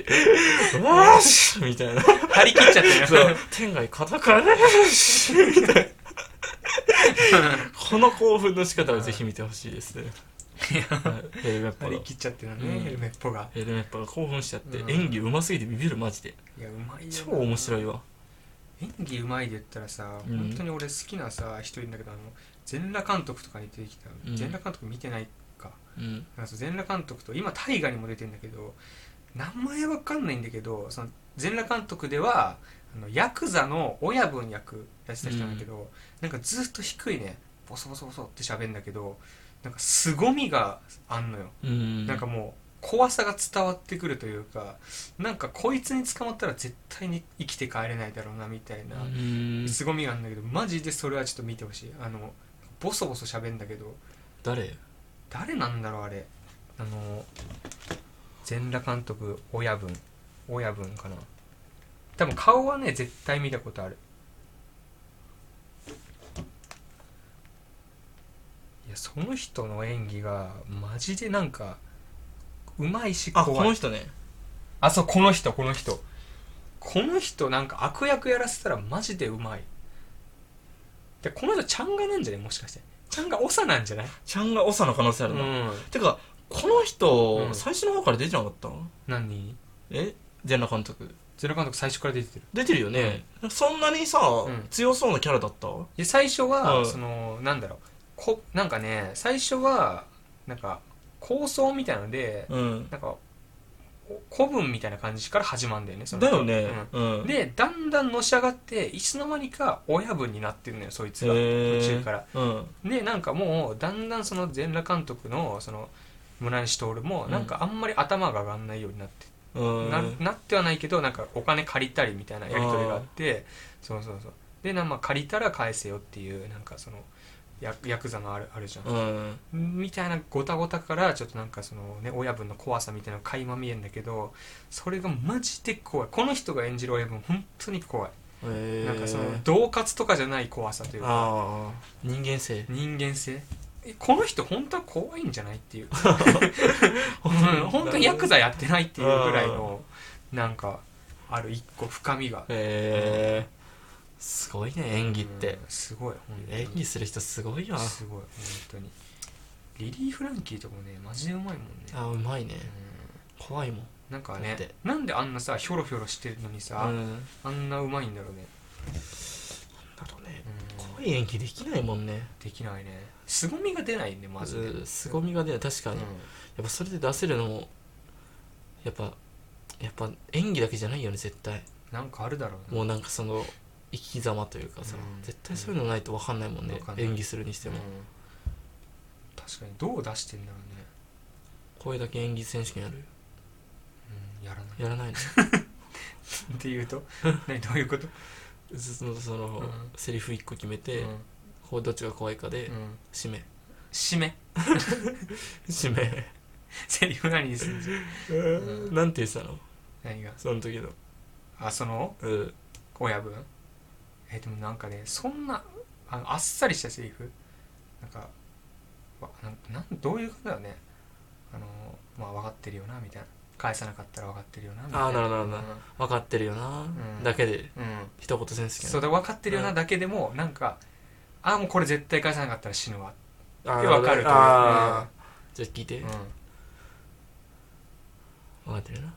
B: い。わーしみたいな。
A: 張り切っちゃってる
B: そう。天外孤独死みたいな。この興奮の仕方をぜひ見てほしいですね。はいヘルメッ
A: <laughs>
B: パ
A: 張り
B: の。
A: 切っちゃってるね、
B: うん
A: ヘルメットが
B: ヘルメッパが興奮しちゃって、
A: うん
B: 演技うますぎてビビる、マジで。
A: いやうまいよ
B: 超面白いわ。
A: 演技うまいで言ったらさ、
B: うん
A: 本当に俺好きなさ人いるんだけどあの全裸監督とかに出てきた
B: うん
A: 全裸監督見てないか、
B: うん。
A: なんかその全裸監督と今大河にも出てんだけど名前わかんないんだけどその全裸監督ではあのヤクザの親分役やってた人なんだけど、なんかずっと低いねボソボソボソって喋んだけどなんか凄みがあんのよ、
B: うん。
A: なんかもう怖さが伝わってくるというかなんかこいつに捕まったら絶対に生きて帰れないだろうなみたいな
B: うん、
A: 凄みがあるんだけどマジでそれはちょっと見てほしいあのボソボソ喋んだけど
B: 誰
A: 誰なんだろうあれあの全裸監督親分親分かな多分顔はね絶対見たことあるいやその人の演技がマジでなんかうまいし
B: あ、こ
A: 怖
B: の
A: い
B: 人ね。
A: あそうこの人この人この人なんか悪役やらせたらマジでうまいでこの人ちゃんがなんじゃないもしかしてちゃんが長なんじゃない
B: ちゃんが長の可能性あ
A: う
B: るな。
A: ん
B: てか、この人、
A: うん
B: 最初の方から出てなかったの
A: 何
B: え全裸監督
A: ゼロ監督最初から出てる
B: 出てるよね、そんなにさ、
A: ん
B: 強そうなキャラだったう
A: で最初は、
B: うん
A: そのなんだろうこなんかね最初はなんか構想みたいので
B: ん
A: なんかお古文みたいな感じから始まるんだよねその
B: だよねうん、
A: うんでだんだんのし上がっていつの間にか親分になってるのよそいつが
B: へー
A: 途中から
B: うん
A: でなんかもうだんだんその全裸監督のその村西徹も
B: うん
A: なんかあんまり頭が上がんないようになって
B: うん
A: ななってはないけどなんかお金借りたりみたいなやり取りがあってそうそうそうでなんまあ借りたら返せよっていうなんかそのヤヤクザのあるあるじゃん、
B: うん
A: みたいなごたごたからちょっとなんかそのね親分の怖さみたいなのが垣間見えんだけどそれがマジで怖いこの人が演じる親分本当に怖い、
B: え
A: なんかその恫喝とかじゃない怖さというか
B: ああ人間性
A: 人間性えこの人本当は怖いんじゃないっていう
B: う
A: うん本当にヤクザやってないっていうぐらいのなんかある一個深みが
B: へえすごいね演技って
A: うん、すごい本当に
B: 演技する人すごいよな
A: すごい本当にリリー・フランキーとかもねマジでうまいもんね
B: あうまいね
A: うん
B: 怖いもん
A: なんか
B: だっ
A: ね
B: て
A: なんであんなさひょろひょろしてるのにさ、
B: うん
A: あんなうまいんだろうね、
B: だろうね
A: うん
B: 怖い演技できないもんね
A: できないね凄みが出ないねまずね、
B: うん凄みがね確か
A: うん
B: に、やっぱそれで出せるのもやっぱやっぱ演技だけじゃないよね絶対
A: なんかあるだろうな
B: もうなんかその生き様というかさ、
A: うん
B: 絶対そういうのないと分かんないもんね
A: わ、かんない
B: 演技するにしても、
A: うん確かにどう出してんだろうね、
B: 声だけ演技選手権やる
A: うん、やらない
B: <laughs> やらないの
A: っ
B: <laughs>
A: ていうと何どういうこと
B: そのその、
A: うん
B: セリフ一個決めて、
A: うん
B: こうどっちが怖いかで、
A: うん
B: 締め <laughs>
A: 締め <laughs>
B: 締め、
A: セリフ何にするんじゃんん
B: なんて言ってたの
A: 何が
B: その時の
A: あその
B: うん
A: 親分えでもなんかねそんなあのあっさりしたセリフなんかわなんなんどういうことだろうねあのまあ分かってるよなみたいな返さなかったら分かってるよなみたいな
B: あーなるほどなるほ分かってるよな、
A: ん
B: だけで
A: どうん、うん
B: 一言選手権
A: そうだ分かってるよなだけでも、なんかああもうこれ絶対返さなかったら死ぬわ
B: あー
A: って分かるという
B: あーじゃあ聞い
A: <laughs>
B: て、
A: うん、うん
B: 分かってるよな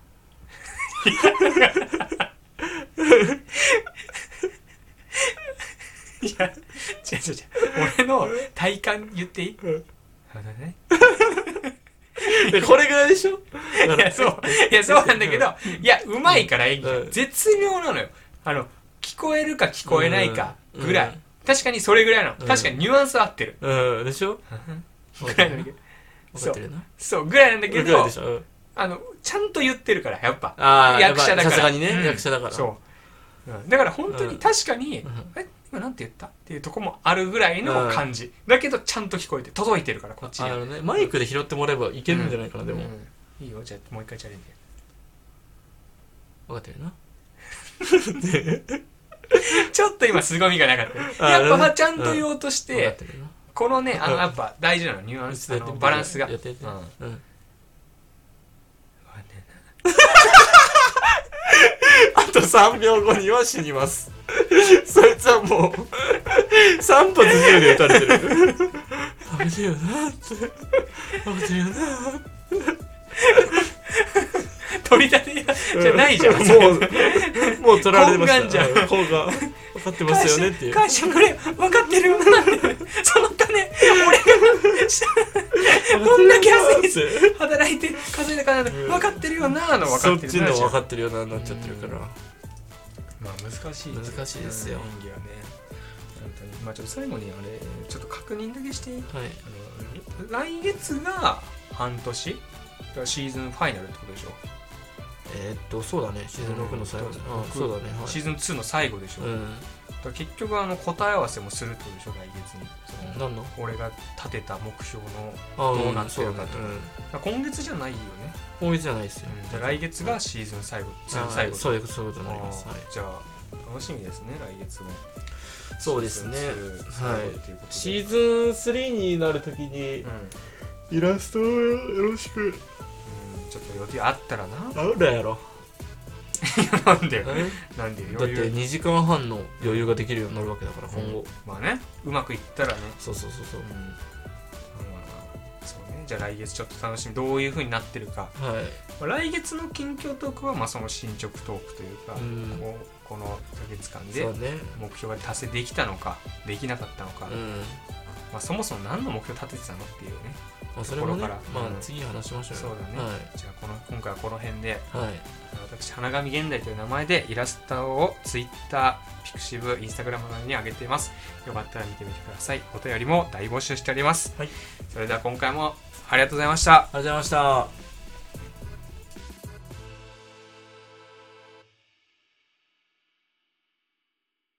A: いや、違う違う違う。俺の体感言っていい
B: <laughs> うん
A: あのね。
B: でこれぐらいでしょ
A: いや、そう。いや、そうなんだけど、いや、うまいから演技
B: うん
A: が。絶妙なのよ。あの、聞こえるか聞こえないかぐら
B: う
A: い
B: ん。
A: 確かにそれぐらいなの。
B: うん
A: 確かにニュアンスは合ってる。
B: うんでしょ
A: ぐらいなんだけど。
B: 分かってるよな
A: そう、ぐらいなんだけ
B: ぐらい
A: ど
B: で、しょ、うん
A: あの、ちゃんと言ってるから、やっぱ。
B: ああ
A: 役者だから
B: さすがにね、
A: うん
B: 役者だから
A: そう。うんだから本当
B: うん
A: に確かに
B: うん、
A: え、今なんて言ったっていうとこもあるぐらいの感じ。だけど、ちゃんと聞こえて、届いてるから、こっちに
B: あ。のねマイクで拾ってもらえばいけるんじゃないかな、でも、
A: うんいいよ、じゃあもう一回チャレンジ。 <laughs>
B: 分かってるよな
A: ちょっと今凄みがなかった。
B: あ
A: やっぱ
B: なるほど
A: ちゃんと言おうとし、
B: 分かっててるよな
A: このね、あの、
B: うん
A: やっぱ大事なの、ニュアンス、あ
B: やって
A: の
B: みて
A: バランスが。
B: やってやって
A: うん
B: うんあと3秒後には死
A: <laughs>
B: にます。そいつはもう、3発銃で撃たれてる。食べてるよなって。食べてるよな
A: 取り立てじゃないじゃん。
B: もう、もう取られてました。
A: 懇願じゃん
B: こうが、分かってますよねっていう。
A: 会社くれ、分かってる <laughs> よなって。その金、俺がしこんだけ安いです
B: す。
A: 働いて稼いだ金、分かってるよなの分か
B: そ
A: っ
B: って
A: る
B: ち
A: な
B: の
A: じゃん
B: 分かってるようなになっちゃってるから。
A: まあ難しい
B: 難しいですよ
A: 演技はね。本当に。まあちょっと最後にあれ、ちょっと確認だけしていい
B: はい。
A: あの来月が半年だからシーズンファイナルってことでしょ、
B: えーっと、そうだね。シーズン6の最後。
A: うん
B: あそうだね。は
A: シー
B: い。
A: ズン2の最後でしょ、
B: う
A: だ
B: ん。
A: から結局あの答え合わせもするってことでしょ来月にその
B: 何の
A: 俺が立てた目標の
B: あ
A: どうなってるかと
B: そうだね
A: だから今月じゃないよね、
B: うん。今月じゃないですよ。
A: じゃあ来月がシーズン最後2の
B: あ
A: 最後
B: そういうそういうことになります。
A: あー
B: はい。
A: じゃあ楽しみですね来月も
B: そうですね
A: シーズン2最後っていうことで、
B: シーズン3になるときに
A: うん、
B: イラストをよろしく
A: うんちょっと予定あったらな <laughs>
B: あるやろ
A: なんでよ
B: だって
A: なんでよ余裕
B: 2時間半の余裕ができるようになるわけだから今後
A: まあねうまくいったらね
B: そうそうそうそう
A: うんまあそうねじゃあ来月ちょっと楽しみどういう風になってるか、
B: はい
A: まあ来月の近況トークはまあその進捗トークというか、
B: うん
A: こうこの1ヶ月間で
B: そうね
A: 目標が達成できたのかできなかったのか、
B: うん
A: まあ、そもそも何の目標立ててたのっていうね
B: まあそれもね
A: ところから
B: まあ
A: うん
B: 次話しましょうよ
A: そうだねじゃあこの今回はこの辺で
B: はいはい
A: あの私花神現代という名前でイラストを Twitter ピクシブインスタグラムなどに上げていますよかったら見てみてくださいお便りも大募集しております、
B: はい
A: それでは今回もありがとうございました
B: ありがとうございました